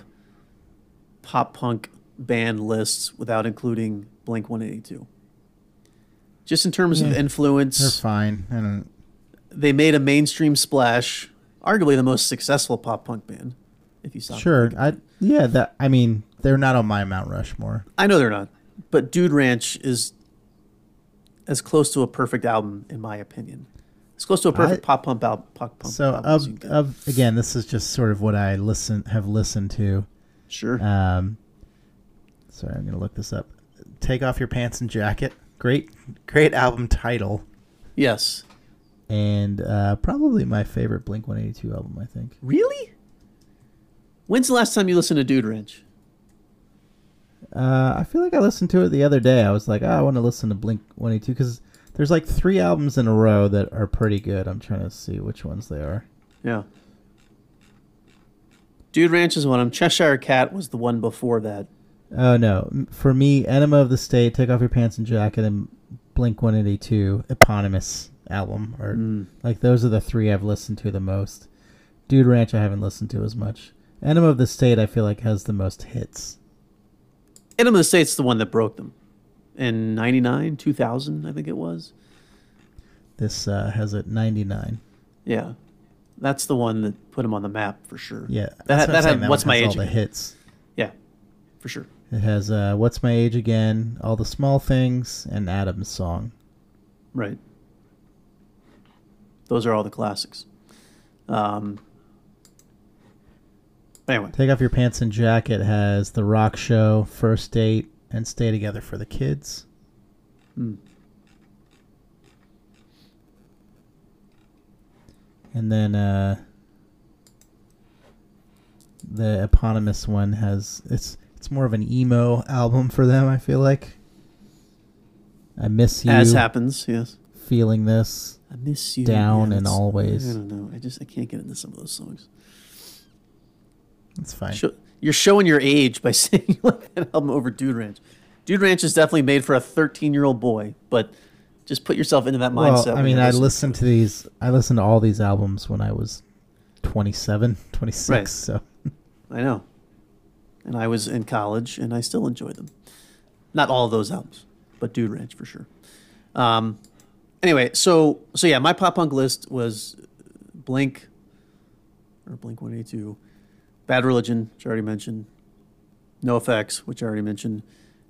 pop punk band list without including Blink 182. Just in terms of Yeah, They're influence, fine. I don't. they made a mainstream splash, arguably the most successful pop punk band. If you stop, Sure. I yeah. That I mean, they're not on my Mount Rushmore. I know they're not, but Dude Ranch is as close to a perfect album, in my opinion. It's close to a perfect I- pop punk album. Pop punk So um, uh, album as you of, can get. of again, this is just sort of what I listen have listened to. Sure. Um, sorry, I'm gonna look this up. Take off your pants and jacket. Great, great album title, yes. and uh, probably my favorite Blink 182 album. I think Really? When's the last time you listened to Dude Ranch? "Ah, Uh, I feel like I listened to it the other day. I was like, oh, I want to listen to Blink 182 because There's like three albums in a row that are pretty good. I'm trying to see which ones they are. Yeah. Dude Ranch is one of them. Cheshire Cat was the one before that. Oh no! M- For me, Enema of the State, Take Off Your Pants and Jacket, and Blink 182 eponymous album, or Hmm. like those are the three I've listened to the most. Dude Ranch, I haven't listened to as much. Enema of the State, I feel like has the most hits. Enema of the State's the one that broke them. In 99, 2000, I think it was. This uh, has it 99. Yeah. That's the one that put him on the map for sure. Yeah, That, that's what I'm that saying, had that What's one My has Age All the Again. hits. Yeah. For sure. It has uh, What's My Age Again, All the Small Things, and Adam's Song. Right. Those are all the classics. Um, but anyway, Take Off Your Pants and Jacket has The Rock Show, First Date, and Stay Together for the Kids. Hmm. And then uh, the eponymous one has it's it's more of an emo album for them. I feel like I miss you, as happens, yes. feeling this. I miss you. Down yeah, and that's- Always. I don't know. I just I can't get into some of those songs. It's fine. Show, you're showing your age by <laughs> saying you like that album over Dude Ranch. Dude Ranch is definitely made for a 13 year old boy, but just put yourself into that mindset. Well, I when mean, you I listen. listened to these. I listened to all these albums when I was <laughs> 27, 26. Right. So I know. And I was in college, and I still enjoy them. Not all of those albums, but Dude Ranch for sure. Um, anyway, so so yeah, my pop punk list was Blink or Blink One Eighty Two, Bad Religion, which I already mentioned, No Effects, which I already mentioned,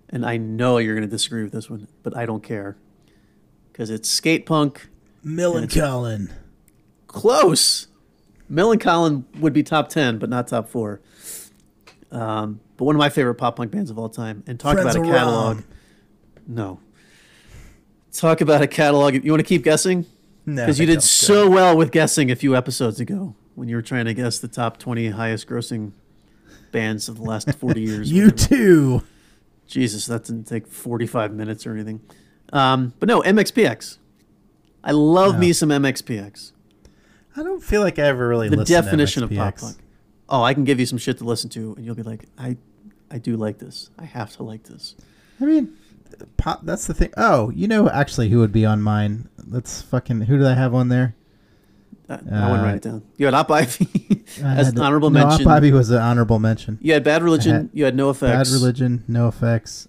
and I know you're going to disagree with this one, but I don't care because it's skate punk. Mill and Colin. Close. Mel and Colin would be top ten, but not top four. Um, but one of my favorite pop punk bands of all time. And talk about a catalog. No. Talk about a catalog. You want to keep guessing? No, Because you they did don't. so well with guessing a few episodes ago when you were trying to guess the top twenty highest grossing bands of the last forty years. You too. Jesus, that didn't take 45 minutes or anything. Um, but no, MXPX. I love me some MXPX. I don't feel like I ever really the listened definition to of pop MXPX. punk. Oh, I can give you some shit to listen to, and you'll be like, I, I do like this. I have to like this. I mean, pop. That's the thing. Oh, you know, actually, who would be on mine? Let's fucking. Who did I have on there? I, I wouldn't write it down. You had Op Ivy Uh, I <laughs> as had- an honorable no, mention. Bobby was an honorable mention. You had Bad Religion. I had you had No Bad Effects. Religion, No Effects,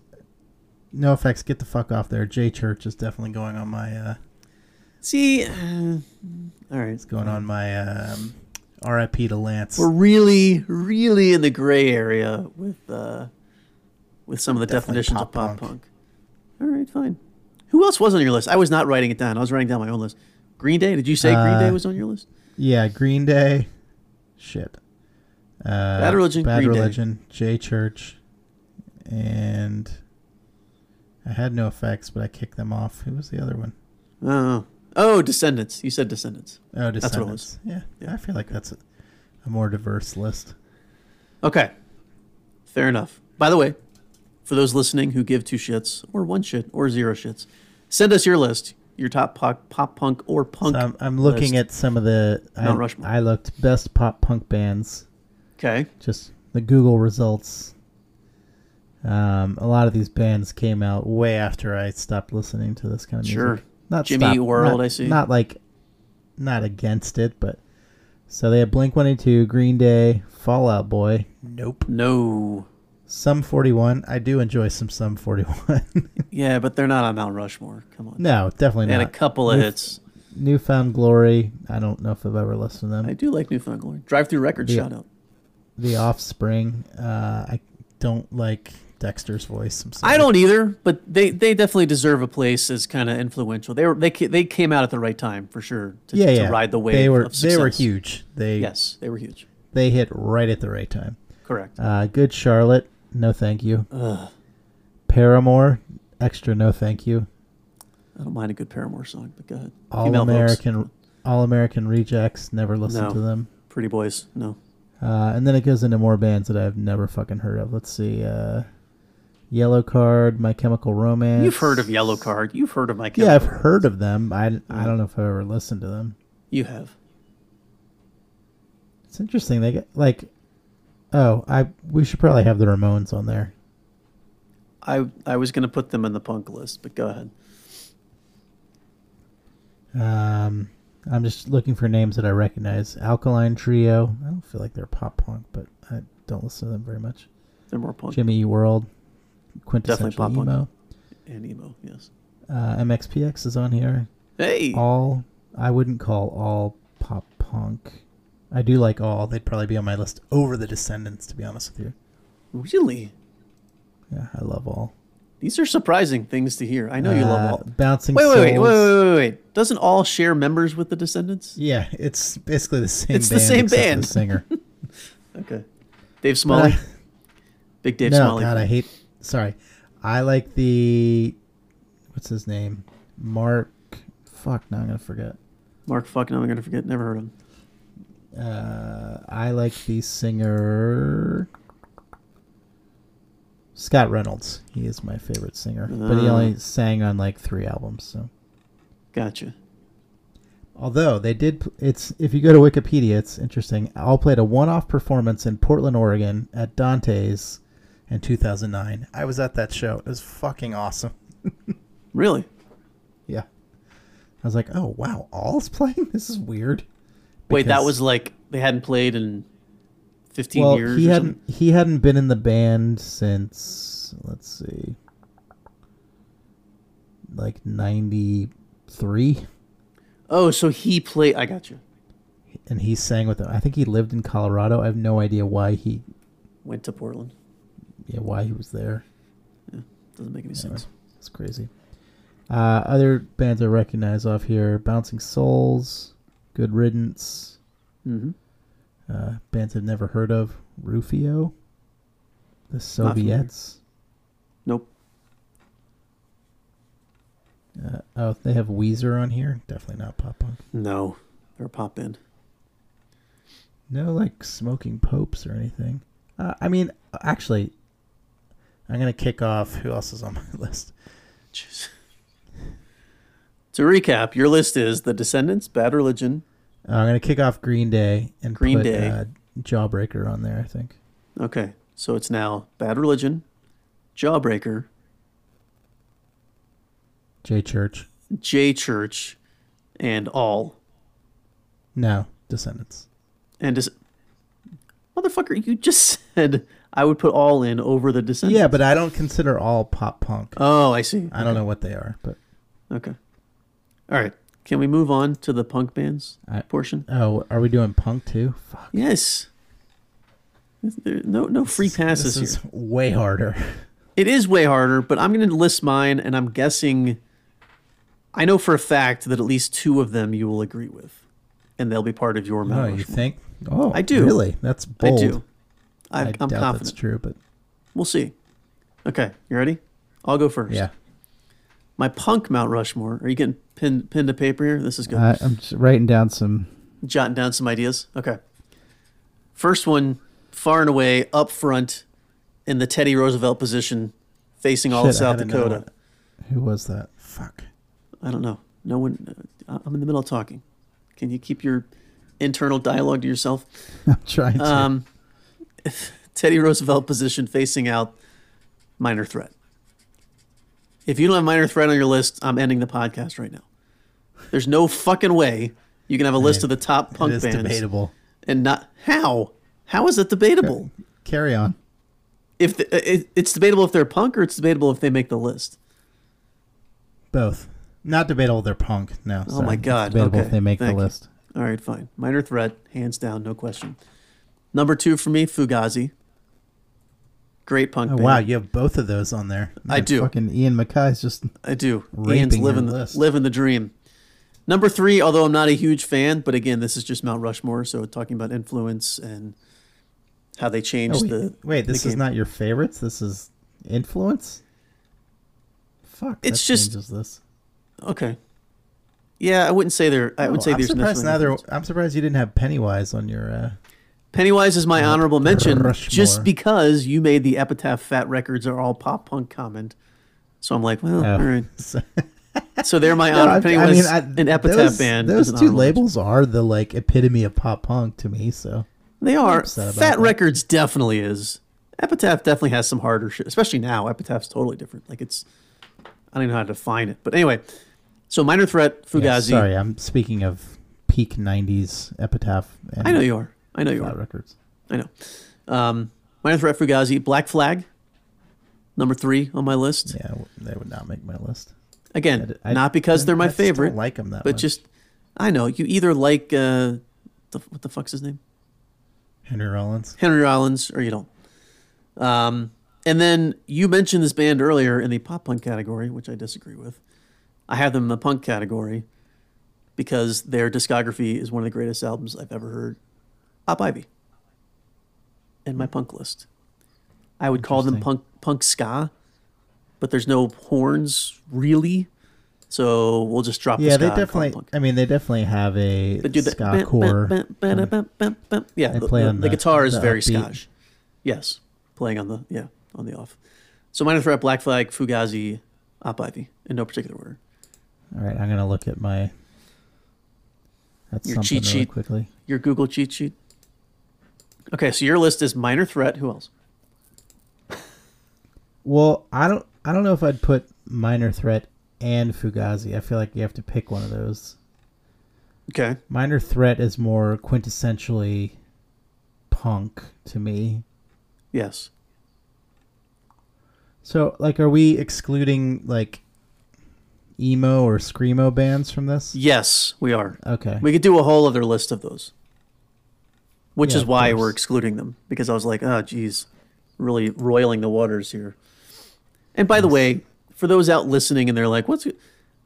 No Effects. Get the fuck off there. J Church is definitely going on my. uh See, uh, all right. going on my um, RIP to Lance. We're really, really in the gray area with uh, with some of the Definitely definitions of pop pop punk. punk. All right, fine. Who else was on your list? I was not writing it down. I was writing down my own list. Green Day. Did you say Green Uh, Day was on your list? yeah, Green Day. Shit. Uh, Bad Religion, Bad Green Day. Religion, J Church, and I had no effects, but I kicked them off. Who was the other one? Oh, oh, Descendants. You said Descendants. Oh, Descendants. That's what it Yeah, I feel like that's a, a more diverse list. Okay. Fair enough. By the way, for those listening who give two shits or one shit or zero shits, send us your list, your top pop, pop punk or punk. So I'm, I'm looking list. at some of the. Mount I, Rushmore. I looked best pop punk bands. okay. just the Google results. Um, a lot of these bands came out way after I stopped listening to this kind of Sure. music. Not Jimmy Eat stop- World, not- I see. Not like, not against it, but so they had Blink One Eighty Two, Green Day, Fallout Boy. Nope. <laughs> No. Sum Forty One. I do enjoy some Sum Forty One. <laughs> Yeah, but they're not on Mount Rushmore. Come on. no, definitely They had not. a couple of Newf- hits. Newfound Glory. I don't know if I've ever listened to them. I do like Newfound Glory. Drive Through Records, Yeah. shout out. the Offspring. Uh, I don't like Dexter's voice. I'm sorry. I don't either, but they, they definitely deserve a place as kind of influential. They were they ca- they came out at the right time for sure to, yeah, to yeah. ride the wave. They were of they were success. huge. They Yes, they were huge. they hit right at the right time. Correct. Uh, good Charlotte, no thank you. Paramore, extra no thank you. I don't mind a good Paramore song, but go ahead. All Female folks. American All American Rejects, never listened No. to them. Pretty Boys, no. Uh, and then it goes into more bands that I've never fucking heard of. Let's see, uh, Yellow Card, My Chemical Romance. You've heard of Yellow Card. You've heard of my Yeah, I've Chemical heard of them. I I don't know if I've ever listened to them. You have. It's interesting. They get like, oh, I we should probably have the Ramones on there. I I was gonna put them in the punk list, but go ahead. Um, I'm just looking for names that I recognize. Alkaline Trio. I don't feel like they're pop punk, but I don't listen to them very much. They're more punk Jimmy Eat World, quintessential pop punk. emo. and emo. Yes. Uh, MXPX is on here. Hey. All I wouldn't call all pop punk. I do like all. They'd probably be on my list over the Descendants, to be honest with you. Really? Yeah, I love all. These are surprising things to hear. I know you love Uh, all. Bouncing Wait, wait, wait, wait, Souls. wait, wait, wait. Doesn't all share members with the Descendants? Yeah, it's basically the same. It's the band, same except for band. The <laughs> singer. Okay. Dave Smalley. I- Big Dave no, Smalley. God, I hate. Sorry, I like the. What's his name? Mark. Fuck, now I'm gonna forget. Mark fucking, I'm gonna forget. Never heard of him. Uh, I like the singer. Scott Reynolds. He is my favorite singer, but he Ah. only sang on like three albums. So, Gotcha. although they did, pl- it's if you go to Wikipedia, it's interesting. All played a one-off performance in Portland, Oregon, at Dante's in 2009. I was at that show. It was fucking awesome. Really? Yeah. I was like, oh wow, all's <laughs> playing. This is weird. Wait, that Because- was like they hadn't played in 15 well, years. he or hadn't something? he hadn't been in the band since let's see, like ninety three, Oh, so he played. I got you. and he sang with them. I think he lived in Colorado. I have no idea why he Went to Portland. yeah, why he was there. Doesn't make any sense. It's crazy. Uh, other bands I recognize off here: Bouncing Souls, Good Riddance. Mm-hmm. uh, bands I've never heard of. Rufio, familiar. the Soviets. Nope. Uh, oh, they have Weezer on here. Definitely not pop punk. No. They're a pop band. No, like smoking popes or anything. Uh, I mean, actually, I'm gonna kick off. Who else is on my <laughs> list? Jeez. <laughs> To recap, your list is The Descendants, Bad Religion. Uh, I'm gonna kick off Green Day and Green put, Day. Uh, Jawbreaker on there. I think. Okay, so it's now Bad Religion, Jawbreaker, J Church. J Church, and All. No, Descendants. And is motherfucker, you just <laughs> said I would put All in over The Descendants. Yeah, but I don't consider all pop punk. Oh, I see. I don't know what they are, but Okay. All right. Can we move on to the punk bands I- portion? oh, are we doing punk too? Fuck. Yes. There, no, no free passes This here. is way harder. <laughs> It is way harder, but I'm going to list mine, and I'm guessing. I know for a fact that at least two of them you will agree with, and they'll be part of your Oh, Mount you Rushmore. think? Oh, I do. Really? That's I bold. do. I, I I'm doubt that's confident. true, but We'll see. Okay, you ready? I'll go first. yeah. My punk Mount Rushmore. Are you getting pinned pinned to paper here? This is good. I, I'm just writing down some. jotting down some ideas. Okay. First one, far and away, up front, in the Teddy Roosevelt position, facing all of Shit, I South had another Dakota. one. Who was that? Fuck. I don't know. No one. uh, I'm in the middle of talking. Can you keep your internal dialogue to yourself? <laughs> I'm trying to. Um, <laughs> Teddy Roosevelt position facing out minor threat. If you don't have minor threat on your list, I'm ending the podcast right now. There's no fucking way you can have a list of the top punk it is bands debatable. and not how. How is that debatable? Carry on. If the, uh, it, it's debatable if they're punk or it's debatable if they make the list. Both. Not debatable. They're punk. No. Oh my god! debatable okay, if they make thank the you. list. All right, fine. Minor threat, hands down, no question. Number two for me, Fugazi. Great punk Oh, band. wow, you have both of those on there. I do. Fucking Ian Mackay's just. I do. Raping Ian's your living the, list. living the dream. Number three, although I'm not a huge fan, but again, this is just Mount Rushmore, so talking about influence and how they Oh, changed wait, the. wait, this the is game. not your favorites. This is influence. Fuck. It's that just- changes this. okay. Yeah, I wouldn't say they're. I would Oh, say I'm there's surprised nothing. neither. I'm surprised you didn't have Pennywise on your. Uh, <laughs> Pennywise is my honorable mention Rushmore. just because you made the epitaph fat records are all pop punk comment. So I'm like, well, Oh. all right. So- So they're my <laughs> No, honor. Um, Pennywise, an epitaph those, band. is Those an two honorable mention. labels are the like epitome of pop punk to me. So They are. upset Fat about that. Records definitely is. Epitaph definitely has some harder shit, especially now. Epitaph's totally different. Like it's, I don't even know how to define it. But anyway, so Minor Threat, Fugazi. Yeah, sorry, I'm speaking of peak '90s epitaph. And I know you are. I know you Fat are. records. I know. Um, Minor Threat, Fugazi, Black Flag, number three on my list. Yeah, w- they would not make my list. Again, I- not because they're my I still favorite, like them that but much. just I know you either like uh, the, what the fuck's his name. Henry Rollins. Henry Rollins, or you don't. Um, and then you mentioned this band earlier in the pop punk category, which I disagree with. I have them in the punk category because their discography is one of the greatest albums I've ever heard. Pop Ivy. And my punk list. I would call them Interesting. punk punk ska, but there's no horns really. So we'll just drop the Yeah, ska they and call it definitely. punk. I mean, they definitely have a They do the ska core. Yeah, They the, play the- on the the- guitar is the very upbeat. Scotch. Yes, playing on the yeah on the off. So minor threat, black flag, Fugazi, Op Ivy, in no particular order. All right, I'm gonna look at my. That's Your something cheat really sheet. quickly. Your Google cheat sheet. Okay, so your list is minor threat. Who else? Well, I don't. I don't know if I'd put Minor Threat and Fugazi. I feel like you have to pick one of those. Okay, Minor Threat is more quintessentially punk to me. yes. So, like, are we excluding like emo or screamo bands from this? Yes, we are. Okay. We could do a whole other list of those, which Yeah, is of why course. we're excluding them because I was like, oh, geez, really roiling the waters here. And by the way, for those out listening and they're like, what's it?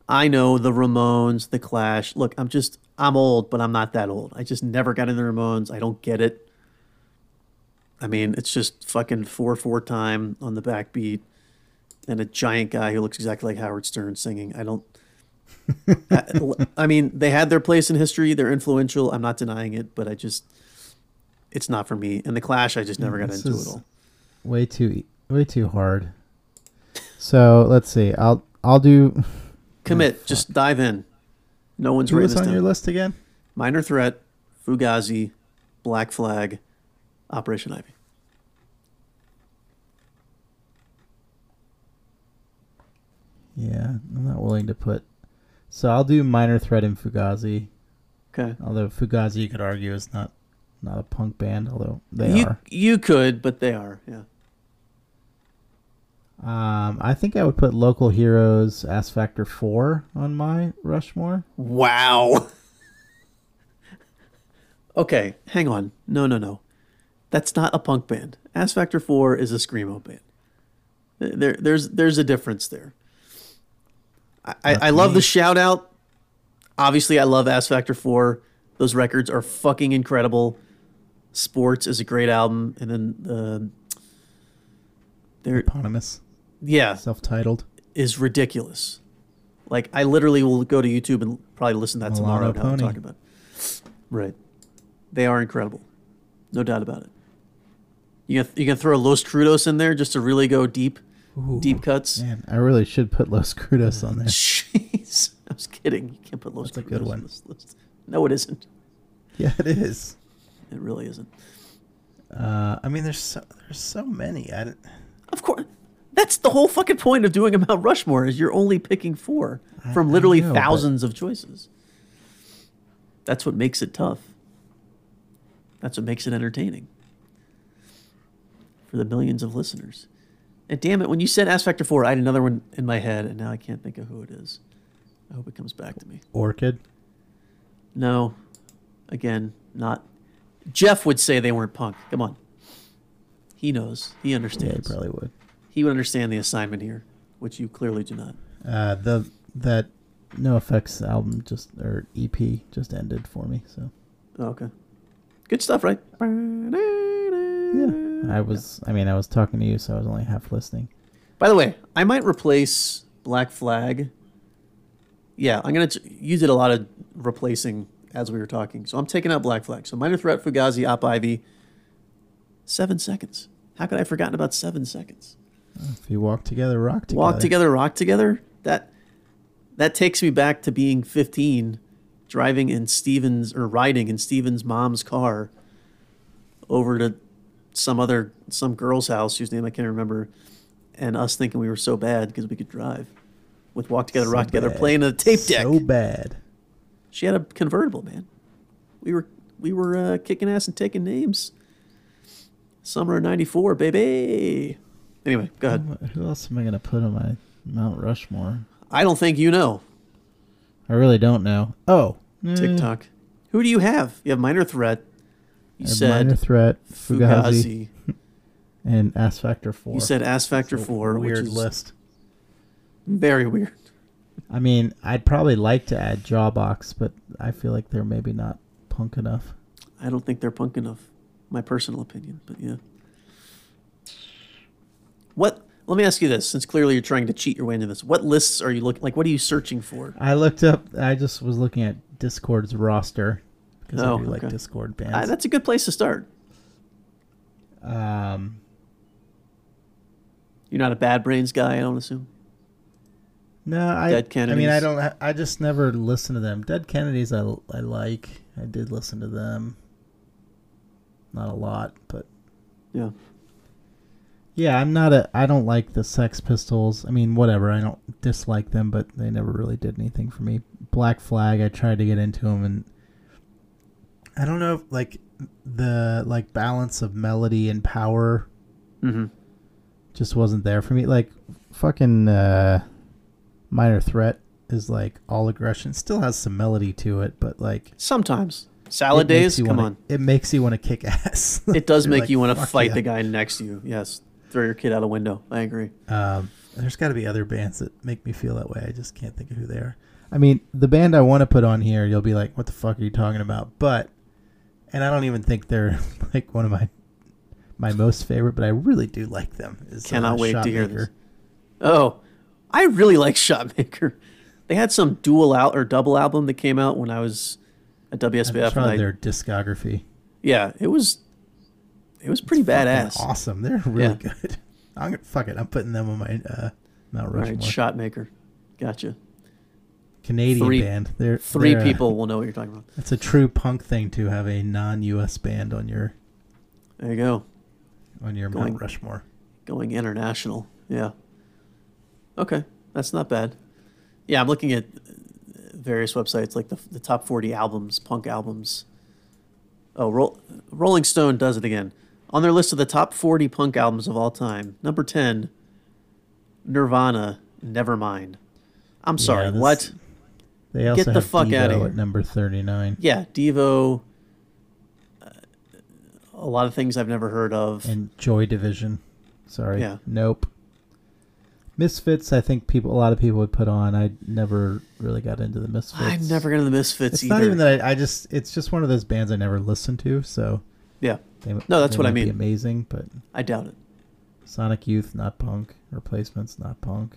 I know the Ramones, the Clash. Look, I'm just, I'm old, but I'm not that old. I just never got into the Ramones. I don't get it. I mean, it's just fucking 4 4 time on the backbeat and a giant guy who looks exactly like Howard Stern singing. I <laughs> don't. I, I mean, they had their place in history. They're influential. I'm not denying it, but I just, it's not for me. And the Clash, I just never got This into is it all. way too e- way too hard. So let's see. I'll I'll do. Commit. just dive in. No one's Who writing was this on down. your list again? Minor Threat, Fugazi, Black Flag, Operation Ivy. Yeah, I'm not willing to put. So I'll do Minor Threat and Fugazi. Okay. Although Fugazi, you could argue, is not not a punk band. Although they You are. you could, but they are. Yeah. Um, I think I would put Local Heroes, Ass Factor Four on my Rushmore. Wow. okay, hang on. No, no, no. That's not a punk band. Ass Factor 4 is a screamo band. There, there's there's a difference there. I, I, I love the shout out. Obviously, I love Ass Factor 4. Those records are fucking incredible. Sports is a great album. And then, um they're, Eponymous, yeah, self-titled. is ridiculous. Like I literally will go to YouTube and probably listen to that tomorrow. Milano and How I'm Pony. talking about. Right, they are incredible, no doubt about it. You can, you can throw Los Crudos in there just to really go deep, deep cuts. Man, I really should put Los Crudos on <laughs> there. Jeez, I was kidding. You can't put Los That's Crudos a good on one. this list. No, it isn't. <laughs> Yeah, it is. It really isn't. Uh, I mean, there's so, there's so many. I, don't- Of course, that's the whole fucking point of doing a Mount Rushmore is you're only picking four from I literally know, but- thousands of choices. That's what makes it tough. That's what makes it entertaining for the millions of listeners. And damn it, when you said Ass Factor 4, I had another one in my head, and now I can't think of who it is. I hope it comes back to me. Orchid. No, again, not. Jeff would say they weren't punk. Come on. He knows. He Yeah, you understands probably would. he would understand the assignment here, which you clearly do not. Uh, the that No Effects album just or EP just ended for me. So Oh, okay. Good stuff, right? I was. I mean, I was talking to you, so I was only half listening. By the way, I might replace Black Flag. Yeah, I'm gonna. T- you did a lot of replacing as we were talking. So I'm taking out Black Flag. So minor threat, Fugazi, Op Ivy. Seven seconds. How could I have forgotten about seven seconds? If you walk together, rock together. Walk together, rock together. That that takes me back to being 15, driving in Steven's or riding in Steven's mom's car over to some other some girl's house whose name I can't remember, and us thinking we were so bad because we could drive with Walk Together, So Rock Together, bad. playing a tape deck. So bad. She had a convertible, man. We were we were uh, kicking ass and taking names. Summer of '94, baby. Anyway, go ahead. Who else am I gonna put on my Mount Rushmore? I don't think you know I really don't know. Oh, TikTok. Who do you have? You have Minor Threat. You said minor threat, Fugazi, Fugazi. and Ass Factor Four. You said Ass Factor It's a Four, Weird which is list. very weird. I mean, I'd probably like to add Jawbox, but I feel like they're maybe not punk enough. I don't think they're punk enough. My personal opinion, but yeah. What? Let me ask you this, since clearly you're trying to cheat your way into this. What lists are you looking like? What are you searching for? I looked up. I just was looking at Discord's roster because Oh, I do like okay. Discord Uh, bands. that's a good place to start. um, You're not a bad brains guy, I don't assume. No, I. Dead I mean, I Kennedys. don't. ha- I just never listened to them. Dead Kennedys, I, I like. I did listen to them. Not a lot, but Yeah. yeah, I'm not a. I don't like the Sex Pistols. I mean, whatever. I don't dislike them, but they never really did anything for me. Black Flag, I tried to get into them, and I don't know if like the like balance of melody and power. Mm-hmm. just wasn't there for me. Like fucking uh, Minor Threat is like all aggression. Still has some melody to it, but like. Sometimes salad it makes days. you Come wanna- on, It makes you want to kick <laughs> ass. <laughs> it does You're make like, you want to "Fuck fight yeah." the guy next to you. Yes, throw your kid out a window. I agree. Um, there's got to be other bands that make me feel that way. I just can't think of who they are. I mean, the band I want to put on here, you'll be like, "What the fuck are you talking about?" But, And I don't even think they're <laughs> like one of my my most favorite, but I really do like them. Is, uh, Cannot wait to hear Shopmaker. this. Oh, I really like Shotmaker. They had some dual out or double album that came out when I was at I'm WSBF. trying and I- their discography. yeah, it was it was pretty badass. Fucking awesome. They're really Yeah. <laughs> good. I'm gonna fuck it. I'm putting them on my uh, Mount All Rushmore. right, Shotmaker. Gotcha. Canadian Three- band. They're 3 they're, uh, people will know what you're talking about. it's a true punk thing to have a non-U.S. band on your There you go. on your Going- Mount Rushmore. going international. Yeah. Okay, that's not bad. Yeah, I'm looking at uh, various websites like the the top 40 albums, punk albums. Oh, Roll, Rolling Stone does it again. On their list of the top 40 punk albums of all time, number 10, Nirvana, Nevermind. I'm sorry, this- what? They also the have fuck Devo outta here. at number thirty-nine Yeah, Devo, uh, a lot of things I've never heard of. and Joy Division. Sorry, Yeah. nope. Misfits, I think people a lot of people would put on. I never really got into the Misfits. I'm never going to the Misfits It's either. not even that I, I just. It's just one of those bands I never listened to. So yeah, they, No, that's they what I might be mean. amazing, but I doubt it. Sonic Youth not punk. Replacements not punk.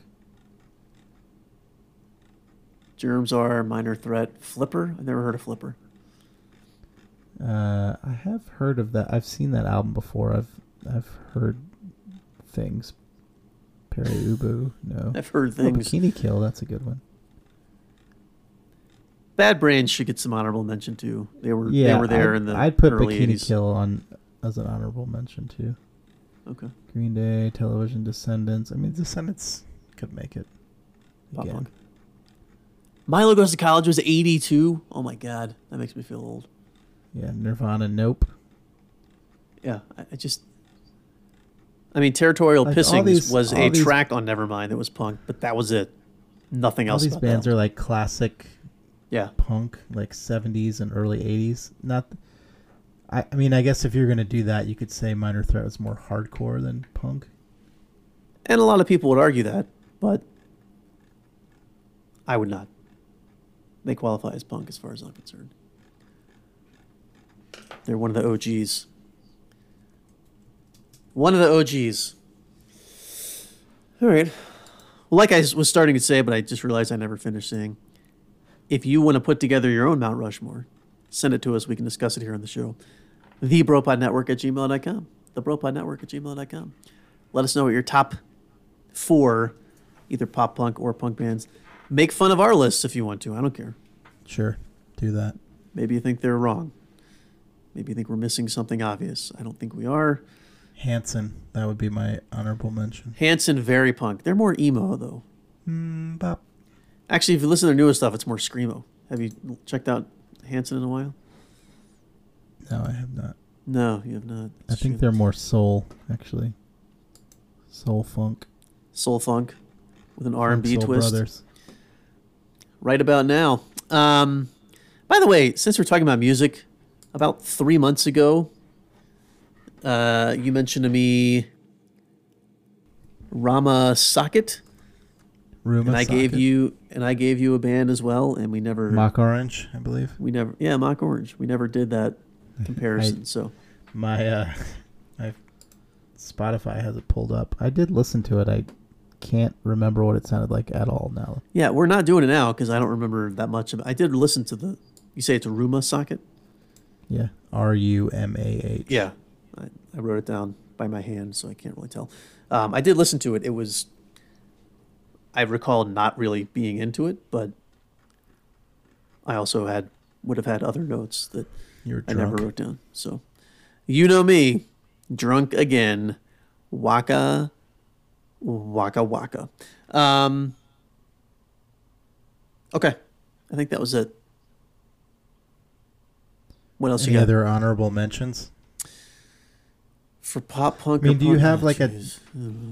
Germs are minor threat. Flipper? I've never heard of Flipper. Uh, I have heard of that. I've seen that album before. I've I've heard things. Perry Ubu, no. I've heard Oh, things. Bikini Kill, that's a good one. Bad Brains should get some honorable mention too. They were Yeah, they were there I'd, in the I'd put early Bikini 80s. Kill on as an honorable mention too. Okay. Green Day, Television Descendants. I mean, Descendants could make it. Pop Again. punk. Milo Goes to College was 82. Oh my god, that makes me feel old. Yeah, Nirvana, Nope. Yeah, I, I just I mean Territorial Like, all Pissings these- was all a these- track on Nevermind that was punk, but that was it. Nothing All else these about bands that. are like classic yeah. punk, like 70s and early 80s. Not, I, I mean, I guess if you're gonna do that, you could say Minor Threat was more hardcore than punk. And a lot of people would argue that, but I would not. They qualify as punk as far as I'm concerned. They're one of the OGs. One of the OGs. All right. Well, like I s- was starting to say, but I just realized I never finished saying. If you want to put together your own Mount Rushmore, send it to us. We can discuss it here on the show. TheBropodNetwork at gmail.com. TheBropodNetwork at gmail.com. Let us know what your top four, either pop punk or punk bands. Make fun of our lists if you want to. I don't care. Sure. Do that. Maybe you think they're wrong. Maybe you think we're missing something obvious. I don't think we are. Hanson. That would be my honorable mention. Hanson, very punk. They're more emo, though. Mm, bop. Actually, if you listen to their newest stuff, it's more screamo. Have you checked out Hanson in a while? No, I have not. No, you have not. I It's a think shame. they're more soul, actually. Soul funk. soul funk with an R and B Soul twist. Brothers. Right about now. Um, by the way, since we're talking about music, about three months ago, uh, you mentioned to me Rama Socket, Room and I gave you and I gave you a band as well, and we never Mock Orange, I believe. we never yeah Mock Orange. We never did that comparison. so My uh <laughs> my Spotify has it pulled up. I did listen to it. I can't remember what it sounded like at all now. yeah, we're not doing it now because I don't remember that much. Of, I did listen to the. You say it's a Ruma Socket. Yeah. R U M A H. Yeah, I, I wrote it down by my hand, so I can't really tell. Um, I did listen to it. It was, I recall not really being into it, but I also had would have had other notes that You were I drunk. never wrote down. So, you know me, drunk again, waka, waka waka. Um, okay, I think that was it. What else Any you got other honorable mentions? for pop punk? I mean, or do you punk- have, oh, like, a- jeez.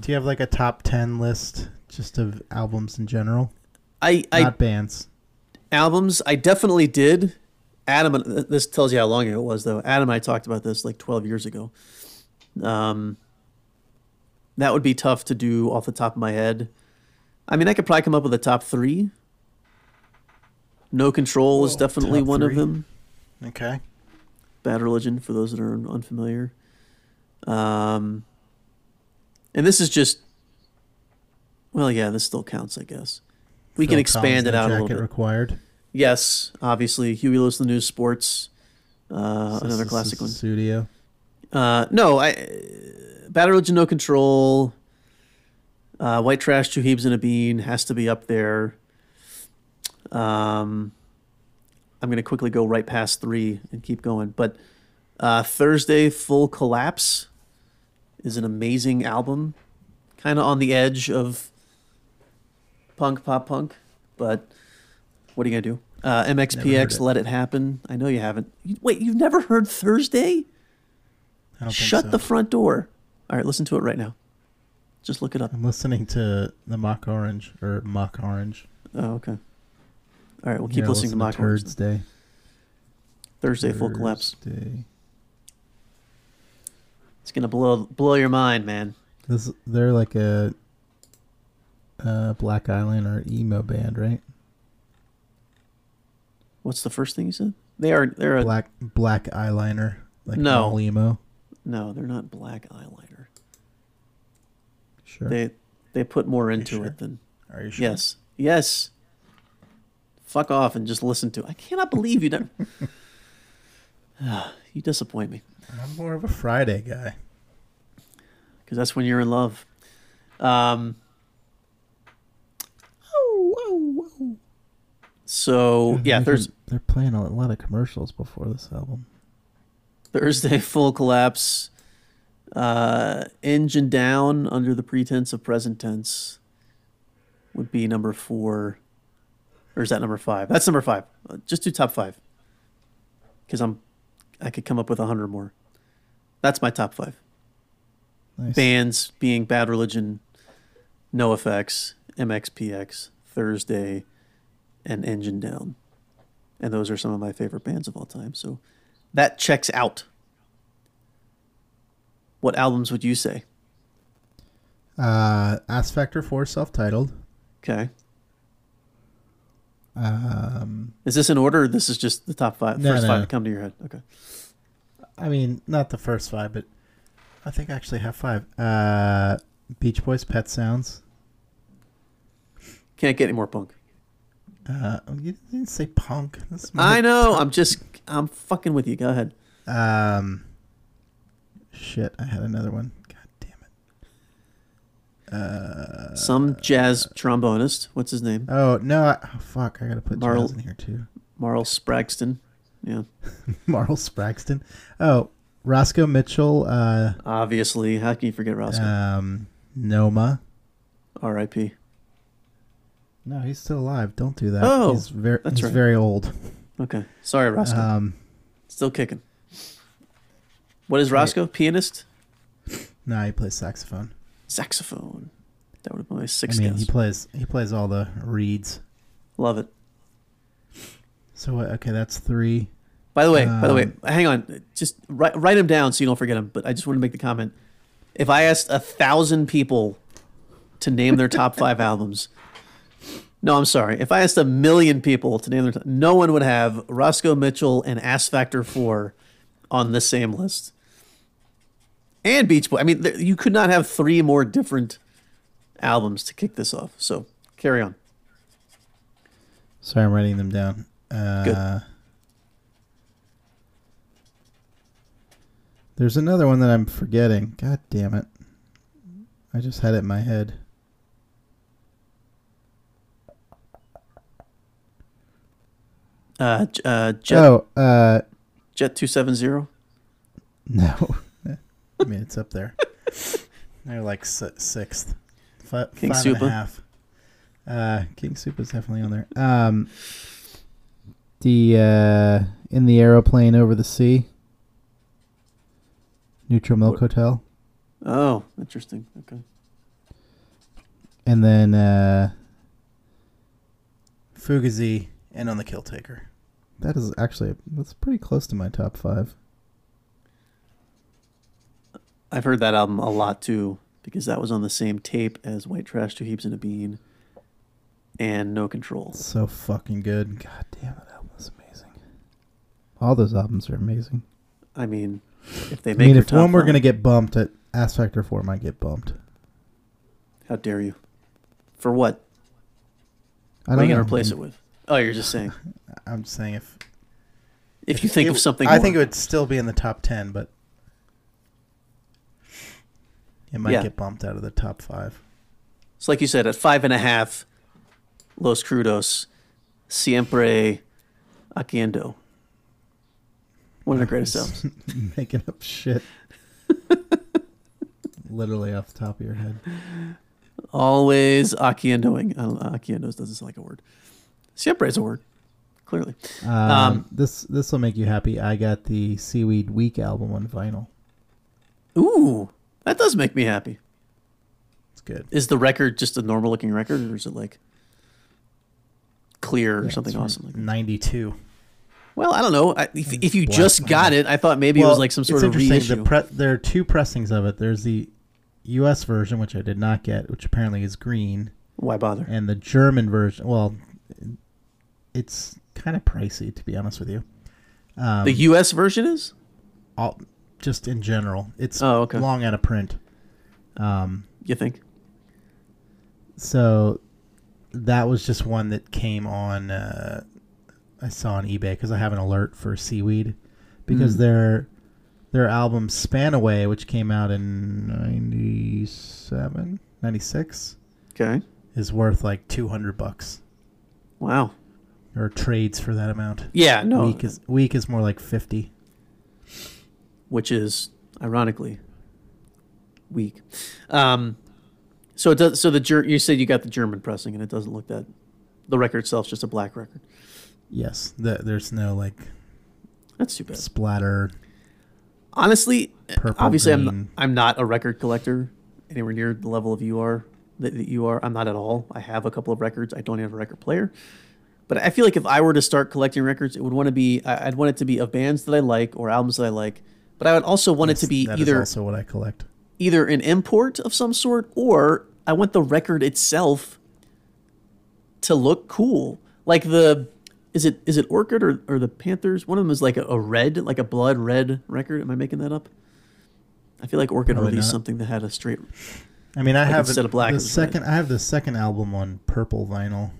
Do you have like a top ten list just of albums in general? I, I Not bands. albums. I definitely did. Adam, and- th- this tells you how long ago it was, though. Adam and I talked about this like 12 years ago. Um, that would be tough to do off the top of my head. I mean, I could probably come up with a top three. No Control is definitely top one of three. them. Okay. Bad Religion for those that are un- unfamiliar. Um, and this is just, well, yeah, this still counts, I guess. We Phil can expand Collins, it No out a little Jacket bit. Required. Yes, obviously. Huey Lewis, the News, Sports, uh, another classic one. Studio. Uh, no, I Bad Religion, No Control, uh, White Trash, Two Heaves and a Bean has to be up there. Um, I'm going to quickly go right past three and keep going. But uh, Thursday, Full Collapse is an amazing album, kind of on the edge of punk, pop punk, but what are you going to do? Uh, Never heard MXPX, it. Let It Happen. I know you haven't. You- Wait, you've never heard Thursday? I don't Shut think the so. front door. All right, listen to it right now. Just look it <laughs> up. I'm listening to the Mock Orange or Mock Orange. Oh, okay. All right, we'll keep Yeah, listening to listen Mock Orange Turds Day. Thursday Full Collapse. Thursday. It's gonna blow blow your mind, man. This they're like a uh, Black Island or emo band, right? What's the first thing you said? They are they're a, Black black eyeliner. Like Uh, No. all emo. no, they're not black eyeliner. Sure. They they put more into sure? it than Are you sure? yes yes. Fuck off and just listen to. it. I cannot believe you <laughs> never. <sighs> you disappoint me. I'm more of a Friday guy. because that's when you're in love. Um, oh, oh, oh. So yeah, They're- Mm-hmm. Thurs they're playing a lot of commercials before this album. Thursday full collapse, uh, engine down under the pretense of present tense would be number four, or is that number five? That's number five. Uh, Just do top five, because I'm I could come up with a hundred more. That's my top five. Nice. bands being Bad Religion, No Effects, MXPX, Thursday, and Engine Down. And those are some of my favorite bands of all time. So that checks out. What albums would you say? Uh Ass Factor 4 self titled. Okay. Um Is this in order? Or this is just the top five, No, first no, five no. to come to your head. Okay. I mean not the first five, but I think I actually have five. Uh Beach Boys Pet Sounds. <laughs> Can't get any more punk. Uh, you didn't say punk. That's I know. I'm just. I'm fucking with you. Go ahead. Um, shit, I had another one. God damn it. Uh, Some jazz trombonist. What's his name? oh no! I, oh fuck! I gotta put Marl- Charles in here too. Marl Spragston. Yeah. <laughs> Marl Spraxton. Oh, Roscoe Mitchell. Uh, Obviously. How can you forget Roscoe? um, Noma. R.I.P. No, he's still alive. Don't do that. Oh, he's very that's he's right. very old. Okay. Sorry, Roscoe. Um, Still kicking. What is Roscoe? Pianist? no, he plays saxophone. Saxophone. That would have been my sixth I mean, guess. he plays he plays all the reeds. Love it. So uh, okay, that's three. By the way, by the way, Um, hang on. Just write, write them down so you don't forget them. But I just want to make the comment. If I asked a thousand people to name their top <laughs> five albums, no, I'm sorry. If I asked a million people to name their, top, no one would have Roscoe Mitchell and Ass Factor Four on the same list. And Beach Boy. I mean, there, you could not have three more different albums to kick this off. So carry on. Sorry, I'm writing them down. Uh, There's another one that I'm forgetting. God damn it. I just had it in my head. Uh, J- uh, Jet Oh, uh, Jet Two Seven Zero. no. <laughs> I mean, it's up there. They're like si- sixth. Fi- King five and a Supa. half. Uh, King Soup is definitely on there. Um, The uh, in the aeroplane over the sea. Neutral Milk Hotel, Oh, interesting. Okay. and then uh, Fugazi and on the Kill Taker. that is actually that's pretty close to my top five. I've heard that album a lot too because that was on the same tape as White Trash, Two Heaps and a Bean, and No Control. So fucking good. God damn it. That album is amazing. All those albums are amazing. I mean, if they I make mean, your if top one were five, going to get bumped, at Ass Factor 4 might get bumped. how dare you? For what? I What don't are you gonna know. replace it with? Oh, you're just <laughs> saying. I'm just saying if If you think it- of something, I more, think it would still be in the top ten, but it might Yeah. get bumped out of the top five. it's like you said at five and a half. Los Crudos, Siempre, Haciendo. One of the greatest albums. <laughs> Making <laughs> up shit, literally off the top of your head. Always Haciendoing. I don't know. Haciendos doesn't sound like a word. Siempre is a word, clearly. Um, Um, this this will make you happy. I got the Seaweed Week album on vinyl. Ooh, that does make me happy. It's good. Is the record just a normal looking record, or is it like clear or Yeah, something it's from awesome? Like that? Ninety-two. Well, I don't know. I, if if you black just got vinyl. it, I thought maybe it was like some sort it's of reissue. interesting. The pre- there are two pressings of it. There's the U.S. version, which I did not get, which apparently is green, Why bother? and the German version. Well, it's kind of pricey, to be honest with you. Um, the U.S. version is. all, just in general. It's Oh, okay. long out of print. Um, You think? so that was just one that came on. Uh, I saw on eBay because I have an alert for Seaweed because Mm. their their album Spanaway, which came out in 97, 96, Okay. is worth like two hundred bucks Wow. or trades for that amount. Yeah. No. Week is week is more like fifty. which is ironically weak. Um, so it does. So the ger- you said you got the German pressing, and it doesn't look that. The record itself's just a black record. Yes, th- there's no like That's too bad. splatter. honestly, Purple, obviously, green. I'm I'm not a record collector anywhere near the level of you are that, that you are. I'm not at all. I have a couple of records. I don't have a record player, but I feel like if I were to start collecting records, it would want to be I- I'd want it to be of bands that I like or albums that I like. But I would also want it to be That is either also what I collect. either an import of some sort or I want the record itself to look cool. Like the is it is it Orchid or, or the Panthers? One of them is like a, a red, like a blood red record. Am I making that up? I feel like Orchid Probably released not. something that had a straight I mean, I have instead of black, the it was red. second. I have the second album on purple vinyl.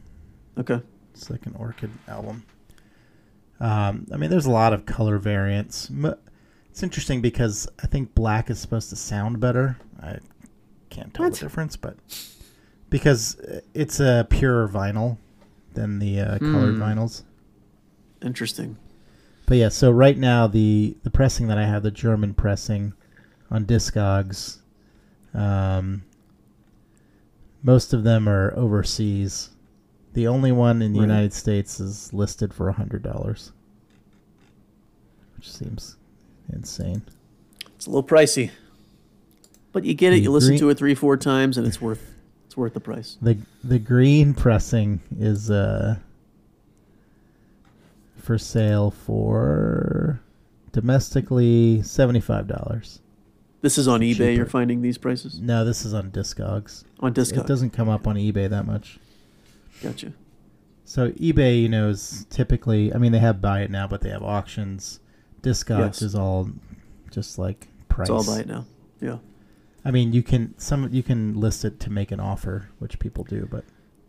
Okay. It's like an orchid album. Um, I mean, there's a lot of color variants. M- It's interesting because I think black is supposed to sound better. I can't tell What? the difference, but because uh, it's a purer vinyl than the uh, colored Hmm. vinyls. Interesting. But yeah, so right now the the pressing that I have, the German pressing, on Discogs, um, most of them are overseas. The only one in the Right. United States is listed for hundred dollars, which seems insane. It's a little pricey, but you get it. You listen Agree. to it three, four times, and it's worth it's worth the price. the The green pressing is uh, for sale for domestically seventy five dollars. This is on eBay. Cheaper. You're finding these prices No, this is on Discogs. on It Discogs. doesn't come up on eBay that much. Gotcha. So eBay, you know, is typically I mean they have buy it now, but they have auctions. Discogs Yes. is all just like price. It's all by it now. Yeah. I mean you can some you can list it to make an offer, which people do, but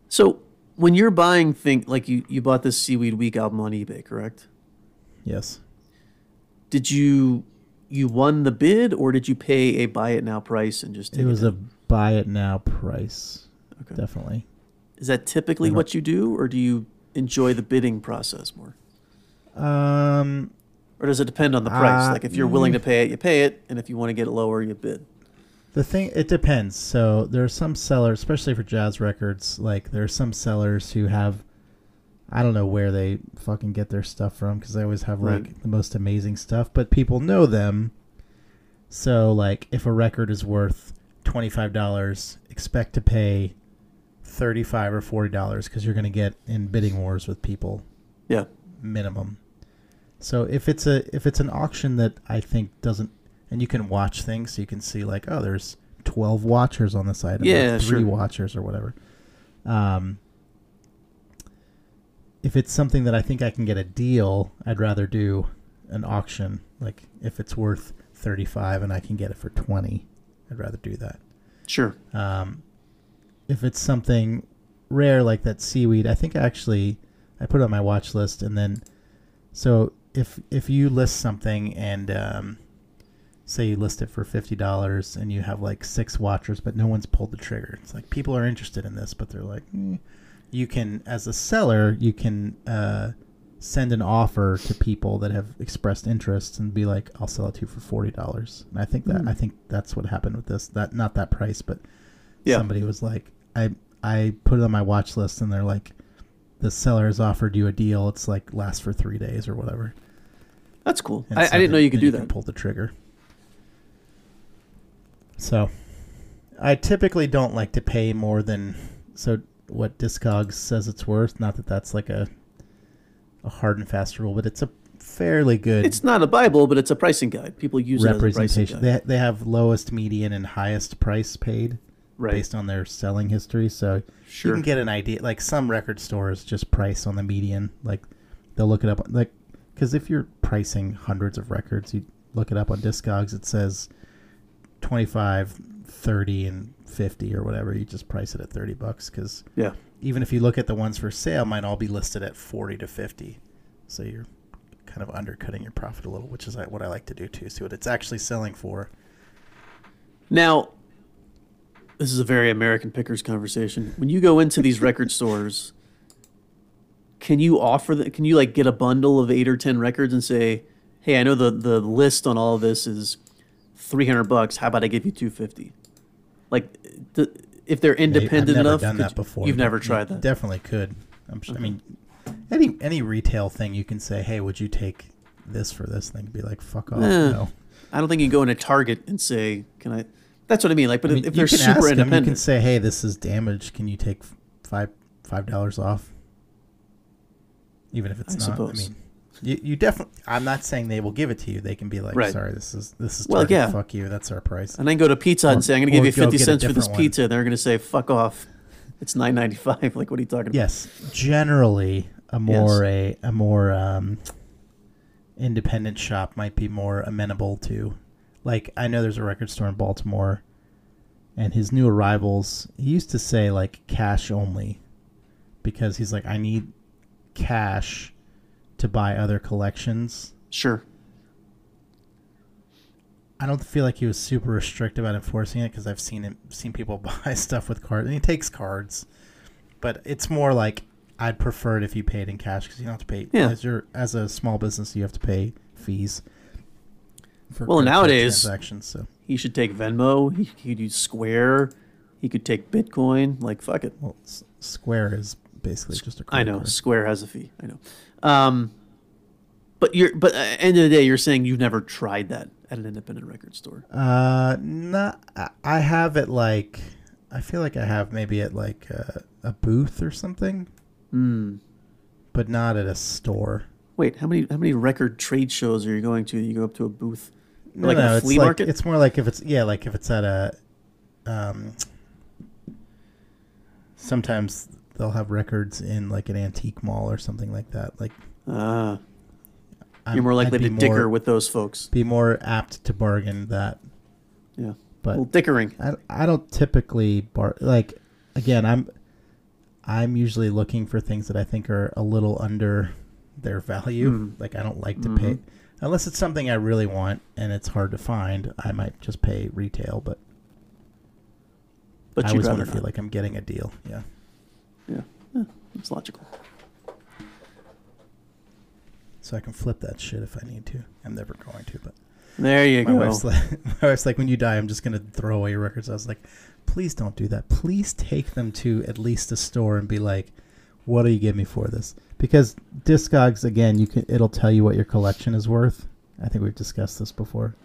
So when you're buying thing like you you bought this Seaweed Week album on eBay, correct? yes. Did you you won the bid or did you pay a buy it now price and just take It was a down? buy it now price. Okay. Definitely. Is that typically I don't- what you do or do you enjoy the bidding process more? Um Or does it depend on the price? Uh, like if you're willing to pay it, you pay it, and if you want to get it lower, you bid. The thing it depends. So there are some sellers, especially for jazz records, like there are some sellers who have I don't know where they fucking get their stuff from because they always have like Right. the most amazing stuff, but people know them. So like if a record is worth $25, expect to pay 35 or 40 dollars cuz you're going to get in bidding wars with people Yeah. minimum. So if it's a if it's an auction that I think doesn't and you can watch things, so you can see like oh there's twelve watchers on this item, or Yeah, three sure. watchers or whatever. Um, if it's something that I think I can get a deal, I'd rather do an auction. Like if it's worth thirty five and I can get it for twenty, I'd rather do that. Sure. Um, if it's something rare like that seaweed, I think actually I put it on my watch list, and then so if if you list something and um, say you list it for fifty dollars and you have like six watchers, but no one's pulled the trigger, it's like people are interested in this, but they're like, "Mm." you can as a seller, you can uh, send an offer to people that have expressed interest and be like, I'll sell it to you for forty dollars. And I think that Mm. I think that's what happened with this. That not that price, but Yeah. somebody was like, I I put it on my watch list, and they're like, the seller has offered you a deal. It's like lasts for three days or whatever. That's cool. And I, so I didn't know then- you could then do can that. Pull the trigger. So, I typically don't like to pay more than so what Discogs says it's worth. Not that that's like a a hard and fast rule, but it's a fairly good It's not a Bible, but it's a pricing guide. People use it as a pricing representation. guide. They they have lowest, median, and highest price paid right. based on their selling history. So sure. you can get an idea. Like some record stores just price on the median. Like they'll look it up. Like because if you're pricing hundreds of records, you look it up on Discogs. It says 25, 30, and 50 or whatever. You just price it at 30 bucks because yeah. even if you look at the ones for sale, might all be listed at 40 to 50. So you're kind of undercutting your profit a little, which is like what I like to do too. See what it's actually selling for. Now, this is a very American pickers conversation. When you go into these record stores, can you offer the, can you like get a bundle of eight or ten records and say, "Hey, I know the the list on all of this is three hundred bucks. How about I give you two fifty? Like, th- if they're Yeah, independent I've never enough, Done could that you- before. You've but never you tried that. Definitely could. I'm sure, I mean, any any retail thing you can say, hey, would you take this for this thing? Be like, fuck off. Eh. No. I don't think you can go into Target and say, "Can I?" That's what I mean. Like, but I mean, if you they're can super ask 'em, independent, you can say, hey, this is damaged. Can you take f- five five dollars off? Even if it's I not. suppose. I mean, you, you definitely. I'm not saying they will give it to you. They can be like, Right. sorry, this is this is Well, Target, yeah. Fuck you. That's our price. and then go to Pizza Hut Or- and say, "I'm going or to give you go fifty get a cents for this different one. pizza," and they're going to say, "Fuck off, it's nine ninety five. Like, what are you talking about? Yes, generally a more a a more um, independent shop might be more amenable to. Like I know there's a record store in Baltimore, and his new arrivals. He used to say like cash only, because he's like I need cash to buy other collections. Sure. I don't feel like he was super restrictive about enforcing it because I've seen him seen people <laughs> buy stuff with cards and he takes cards, but it's more like I'd prefer it if you paid in cash because you don't have to pay Yeah. as your as a small business you have to pay fees. For Well, credit card nowadays- transactions, so He should take Venmo. He could use Square. He could take Bitcoin. Like fuck it. well, S- Square is basically just a I credit know card. Square has a fee. I know. Um, but you're but at the end of the day, you're saying you've never tried that at an independent record store. Uh, not. I- I have it like. I feel like I have maybe at like a, a booth or something, Hmm. but not at a store. Wait, how many how many record trade shows are you going to? that You go up to a booth, No, like no, a it's flea like market. it's more like if it's yeah, like if it's at a. Um, sometimes they'll have records in like an antique mall or something like that. Like Ah, I'm, you're more likely I'd to be dicker more, with those folks. be more apt to bargain that, Yeah, but well, dickering. I, I don't typically bar like again I'm I'm usually looking for things that I think are a little under their value. Mm. Like I don't like to Mhm. pay unless it's something I really want and it's hard to find. I might just pay retail, but, But I you'd always want rather to not. feel like I'm getting a deal. Yeah. yeah, yeah, it's logical. So I can flip that shit if I need to. I'm never going to, but There you my go. wife's like <laughs> my wife's like when you die I'm just going to throw away your records. I was like, "Please don't do that. Please take them to at least a store and be like, "What do you give me for this?" Because Discogs again, you can it'll tell you what your collection is worth. I think we've discussed this before.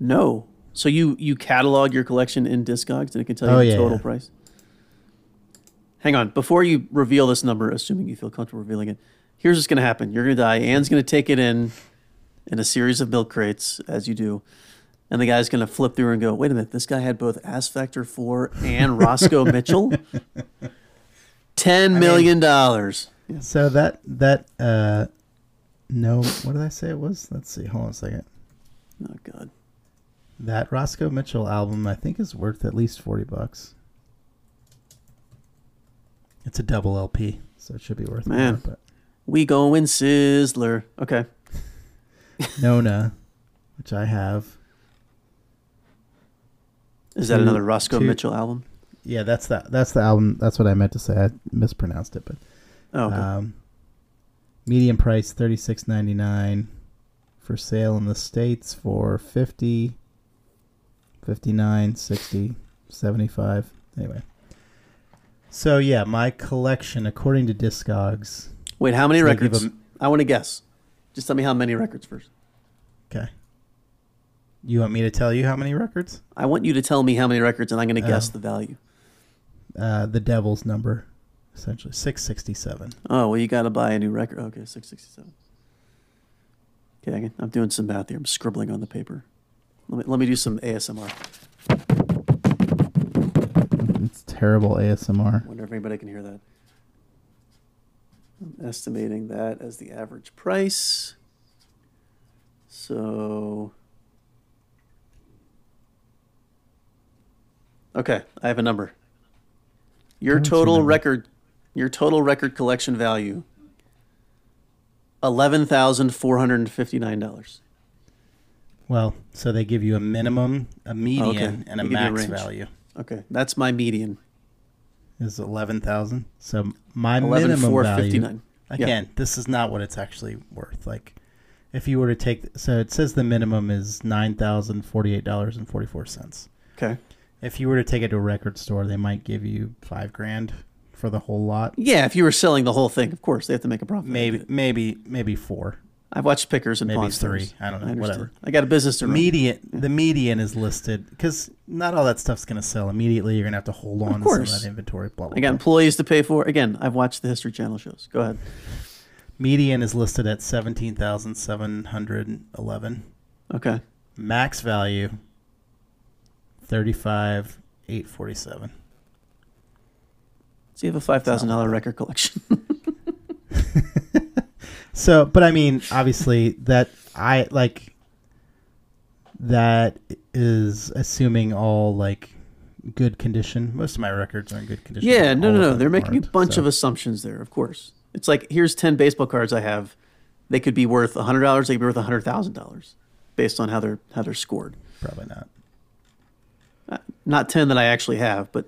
No. So you you catalog your collection in Discogs and it can tell you Oh, the yeah, total yeah. price. Hang on, before you reveal this number, assuming you feel comfortable revealing it, here's what's going to happen. You're going to die. Anne's going to take it in in a series of milk crates as you do. And the guy's going to flip through and go, "Wait a minute, this guy had both Ass Factor 4 and <laughs> Roscoe Mitchell?" 10 million dollars. So that that uh no, what did I say it was? Let's see. Hold on a second. Oh god. That Roscoe Mitchell album I think is worth at least 40 bucks. It's a double LP, so it should be worth Man. more, but We going Sizzler. Okay. Nona, which I have. Is that Two- another Roscoe two- Mitchell album? Yeah, that's that. That's the album. That's what I meant to say. I mispronounced it, but Oh, okay. um, medium price thirty six ninety nine, for sale in the states for 50 59 60 75 Anyway, so yeah, my collection according to Discogs. Wait, how many Should I give records? him- I want to guess. Just tell me how many records first. Okay, you want me to tell you how many records? I want you to tell me how many records, and I'm going to guess Oh. the value. Uh, the Devil's number, essentially six sixty seven. Oh, well, you got to buy a new record. Okay, 667. Okay, I can- I'm doing some math here. I'm scribbling on the paper. Let me, let me do some ASMR. It's terrible ASMR. wonder if anybody can hear that. I'm estimating that as the average price. So. Okay, I have a number. Your What's your total number? record, your total record collection value, eleven thousand four hundred and fifty nine dollars. Well, so they give you a minimum, a median, and a They give you a max range. value Okay, that's my median. is eleven thousand. So my Eleven minimum four fifty value nine. again, this is not what it's actually worth. Like, if you were to take, so it says the minimum is nine thousand forty-eight dollars and forty-four cents. Okay. If you were to take it to a record store, they might give you five grand for the whole lot. Yeah, if you were selling the whole thing, of course they have to make a profit. Maybe, maybe, maybe four. I've watched Pickers and Maybe Pawn Stars. three. I don't know. understand. Whatever. I got a business to run. Median, the median is listed because not all that stuff's gonna sell immediately. You're gonna have to hold on to some of course. that inventory. Blah blah. I got blah. employees to pay for. Again, I've watched the History Channel shows. Go ahead. Median is listed at 17,711. Okay. Max value 35,847. So you have a five thousand dollar record collection. So, but I mean, obviously that I like that is assuming all like good condition. Most of my records are in good <laughs> condition. yeah. No. No. All of No. them They're making a aren't, bunch so- of assumptions there. Of course. It's like here's ten baseball cards I have. They could be worth hundred dollars. They could be worth hundred thousand dollars, based on how they're how they're scored. Probably not. Uh, Not ten that I actually have, but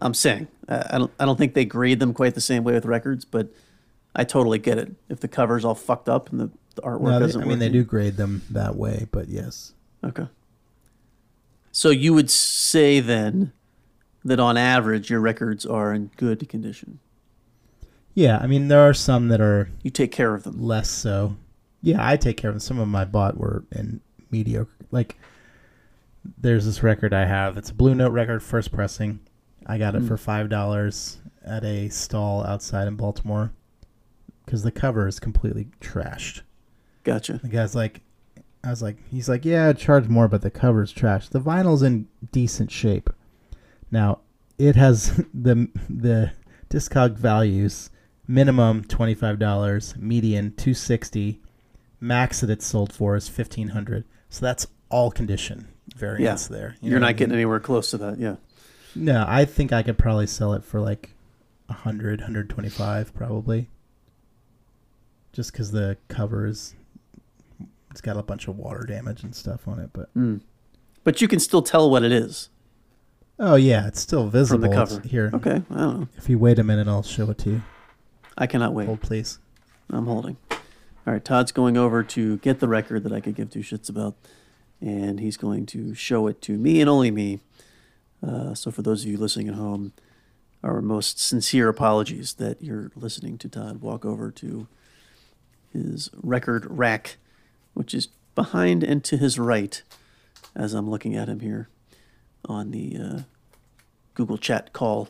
I'm saying uh, I don't I don't think they grade them quite the same way with records. But I totally get it. If the cover's all fucked up and the, the artwork No, they, doesn't I work mean, they in- do grade them that way, but yes. Okay. So you would say then that on average your records are in good condition. Yeah, I mean, there are some that are You take care of them. less so. Yeah, I take care of them. Some of my bought were in mediocre. Like, there's this record I have. It's a Blue Note record, first pressing. I got it for five dollars at a stall outside in Baltimore because the cover is completely trashed. Gotcha. The guy's like, I was like, he's like, yeah, I'd charge more, but the cover's trash. The vinyl's in decent shape. Now, it has <laughs> the the discog values minimum twenty five dollars, median two sixty, max that it's sold for is fifteen hundred. So that's all condition variance there. You You're know what not I mean? getting anywhere close to that. Yeah. No, I think I could probably sell it for like 100, 125 probably. Just cuz the cover is it's got a bunch of water damage and stuff on it, but But you can still tell what it is oh yeah, it's still from visible the It's cover. here. Okay. I don't know. If you wait a minute, I'll show it to you. I cannot wait. Hold please. I'm holding. All right. Todd's going over to get the record that I could give two shits about, and he's going to show it to me and only me. Uh, so, for those of you listening at home, our most sincere apologies that you're listening to Todd walk over to his record rack, which is behind and to his right as I'm looking at him here on the uh, Google Chat call.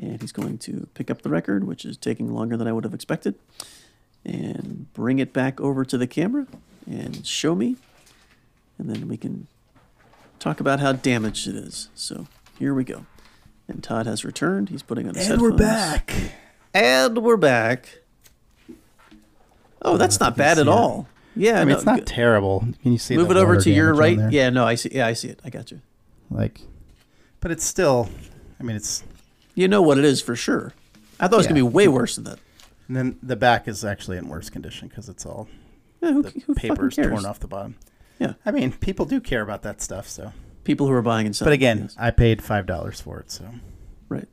And he's going to pick up the record, which is taking longer than I would have expected and bring it back over to the camera and show me. And then we can talk about how damaged it is. So here we go. And Todd has returned. He's putting on his And we're headphones. back. And we're back. Oh, that's not bad see at it. all. Yeah, I mean, no, it's not good. terrible. Can you see Move the it over water to your damage on right. there? Yeah, no, I see. Yeah, I see it. I got you. Like But it's still, I mean, it's You know what it is for sure. I thought it was gonna be Yeah. way worse than that. and then the back is actually in worse condition because it's all Yeah, who, the who fucking paper is cares? torn off the bottom. Yeah, I mean, people do care about that stuff, so. people who are buying and selling. But again, yes. I paid five dollars for it, so right.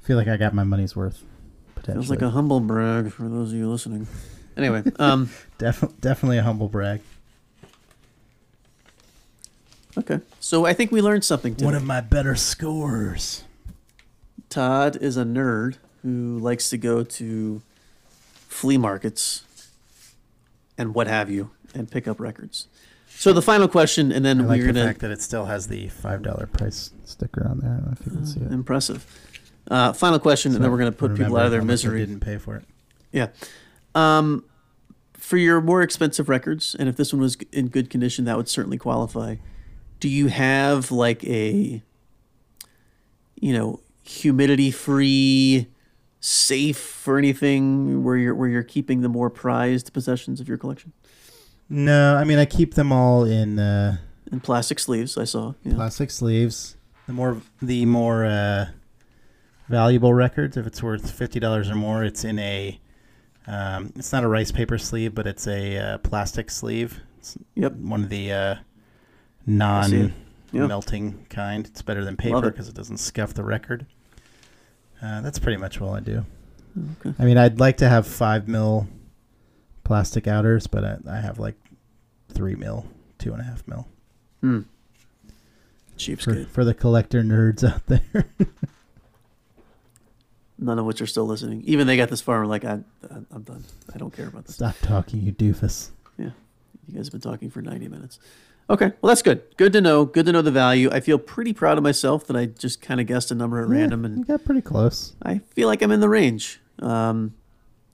feel like I got my money's worth Feels potentially. like a humble brag for those of you listening. Anyway, <laughs> um, Defi- definitely a humble brag. okay. So I think we learned something today. one of my better scores. Todd is a nerd who likes to go to flea markets and what have you and pick up records. So the final question, and then I like we're the gonna fact that it still has the five dollar Price sticker on there. I don't know if you can see it. impressive. Uh, final question, and then we're gonna put people Remember out of their how much I misery. Didn't pay for it. Yeah. Um, for your more expensive records, and if this one was g- in good condition, that would certainly qualify. Do you have like a, you know, humidity-free safe or anything where you're where you're keeping the more prized possessions of your collection No, I mean I keep them all in uh, in plastic sleeves? I saw. Yeah. plastic sleeves. The more the more uh, valuable records, if it's worth fifty dollars or more, it's in a um, it's not a rice paper sleeve, but it's a uh, plastic sleeve. It's Yep. one of the uh, see it. non Yeah. melting kind. It's better than paper it. because it. doesn't scuff the record. Uh, that's pretty much all I do. Okay. I mean I'd like to have five mil plastic outers, but I, I have like three mil, two and a half mil Hmm. for, Cheapskate. for the collector nerds out there. <laughs> None of which are still listening. Even they got this far. and were like, I, I, I'm done. I don't care about this. Stop talking, you doofus. You guys have been talking for 90 minutes. Okay, well that's good. Good to know. Good to know the value. I feel pretty proud of myself that I just kind of guessed a number at random, Yeah, you and got pretty close. I feel like I'm in the range. Um,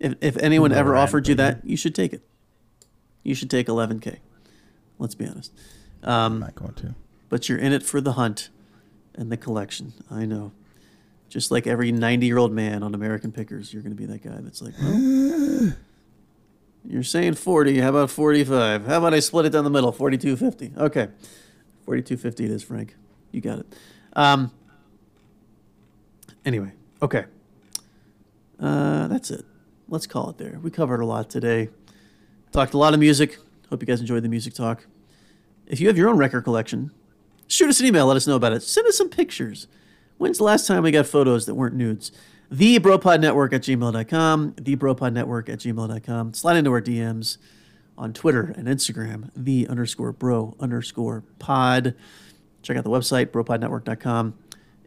if if anyone Lower ever end, offered you but yeah. that, you should take it. You should take 11k. Let's be honest. I'm Um, not going to. but you're in it for the hunt and the collection. I know. Just like every 90 year old man on American Pickers, you're going to be that guy that's like, well, you're saying 40. How about 45? How about I split it down the middle? 42.50. Okay. 42.50 it is, Frank. You got it. Um, anyway, okay. Uh, that's it. let's call it there. We covered a lot today. Talked a lot of music. Hope you guys enjoyed the music talk. If you have your own record collection, shoot us an email. Let us know about it. Send us some pictures. When's the last time we got photos that weren't nudes? TheBropodNetwork at gmail.com. TheBropodNetwork at gmail.com. Slide into our DMs on Twitter and Instagram. The underscore bro underscore pod. Check out the website, bropodnetwork.com.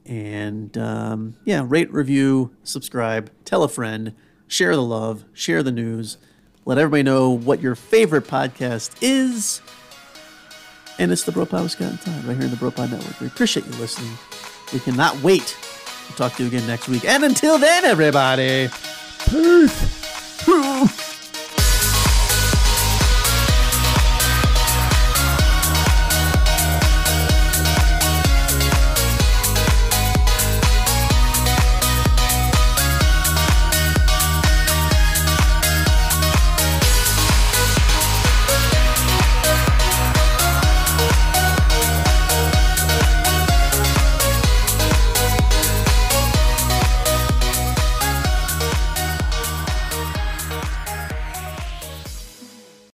And um, yeah, rate, review, subscribe, tell a friend, share the love, share the news. Let everybody know what your favorite podcast is. And it's the Bro Pod with Scott and Todd right here in the Bro Pod Network. We appreciate you listening. We cannot wait to talk to you again next week. And until then, everybody, Peace. poof.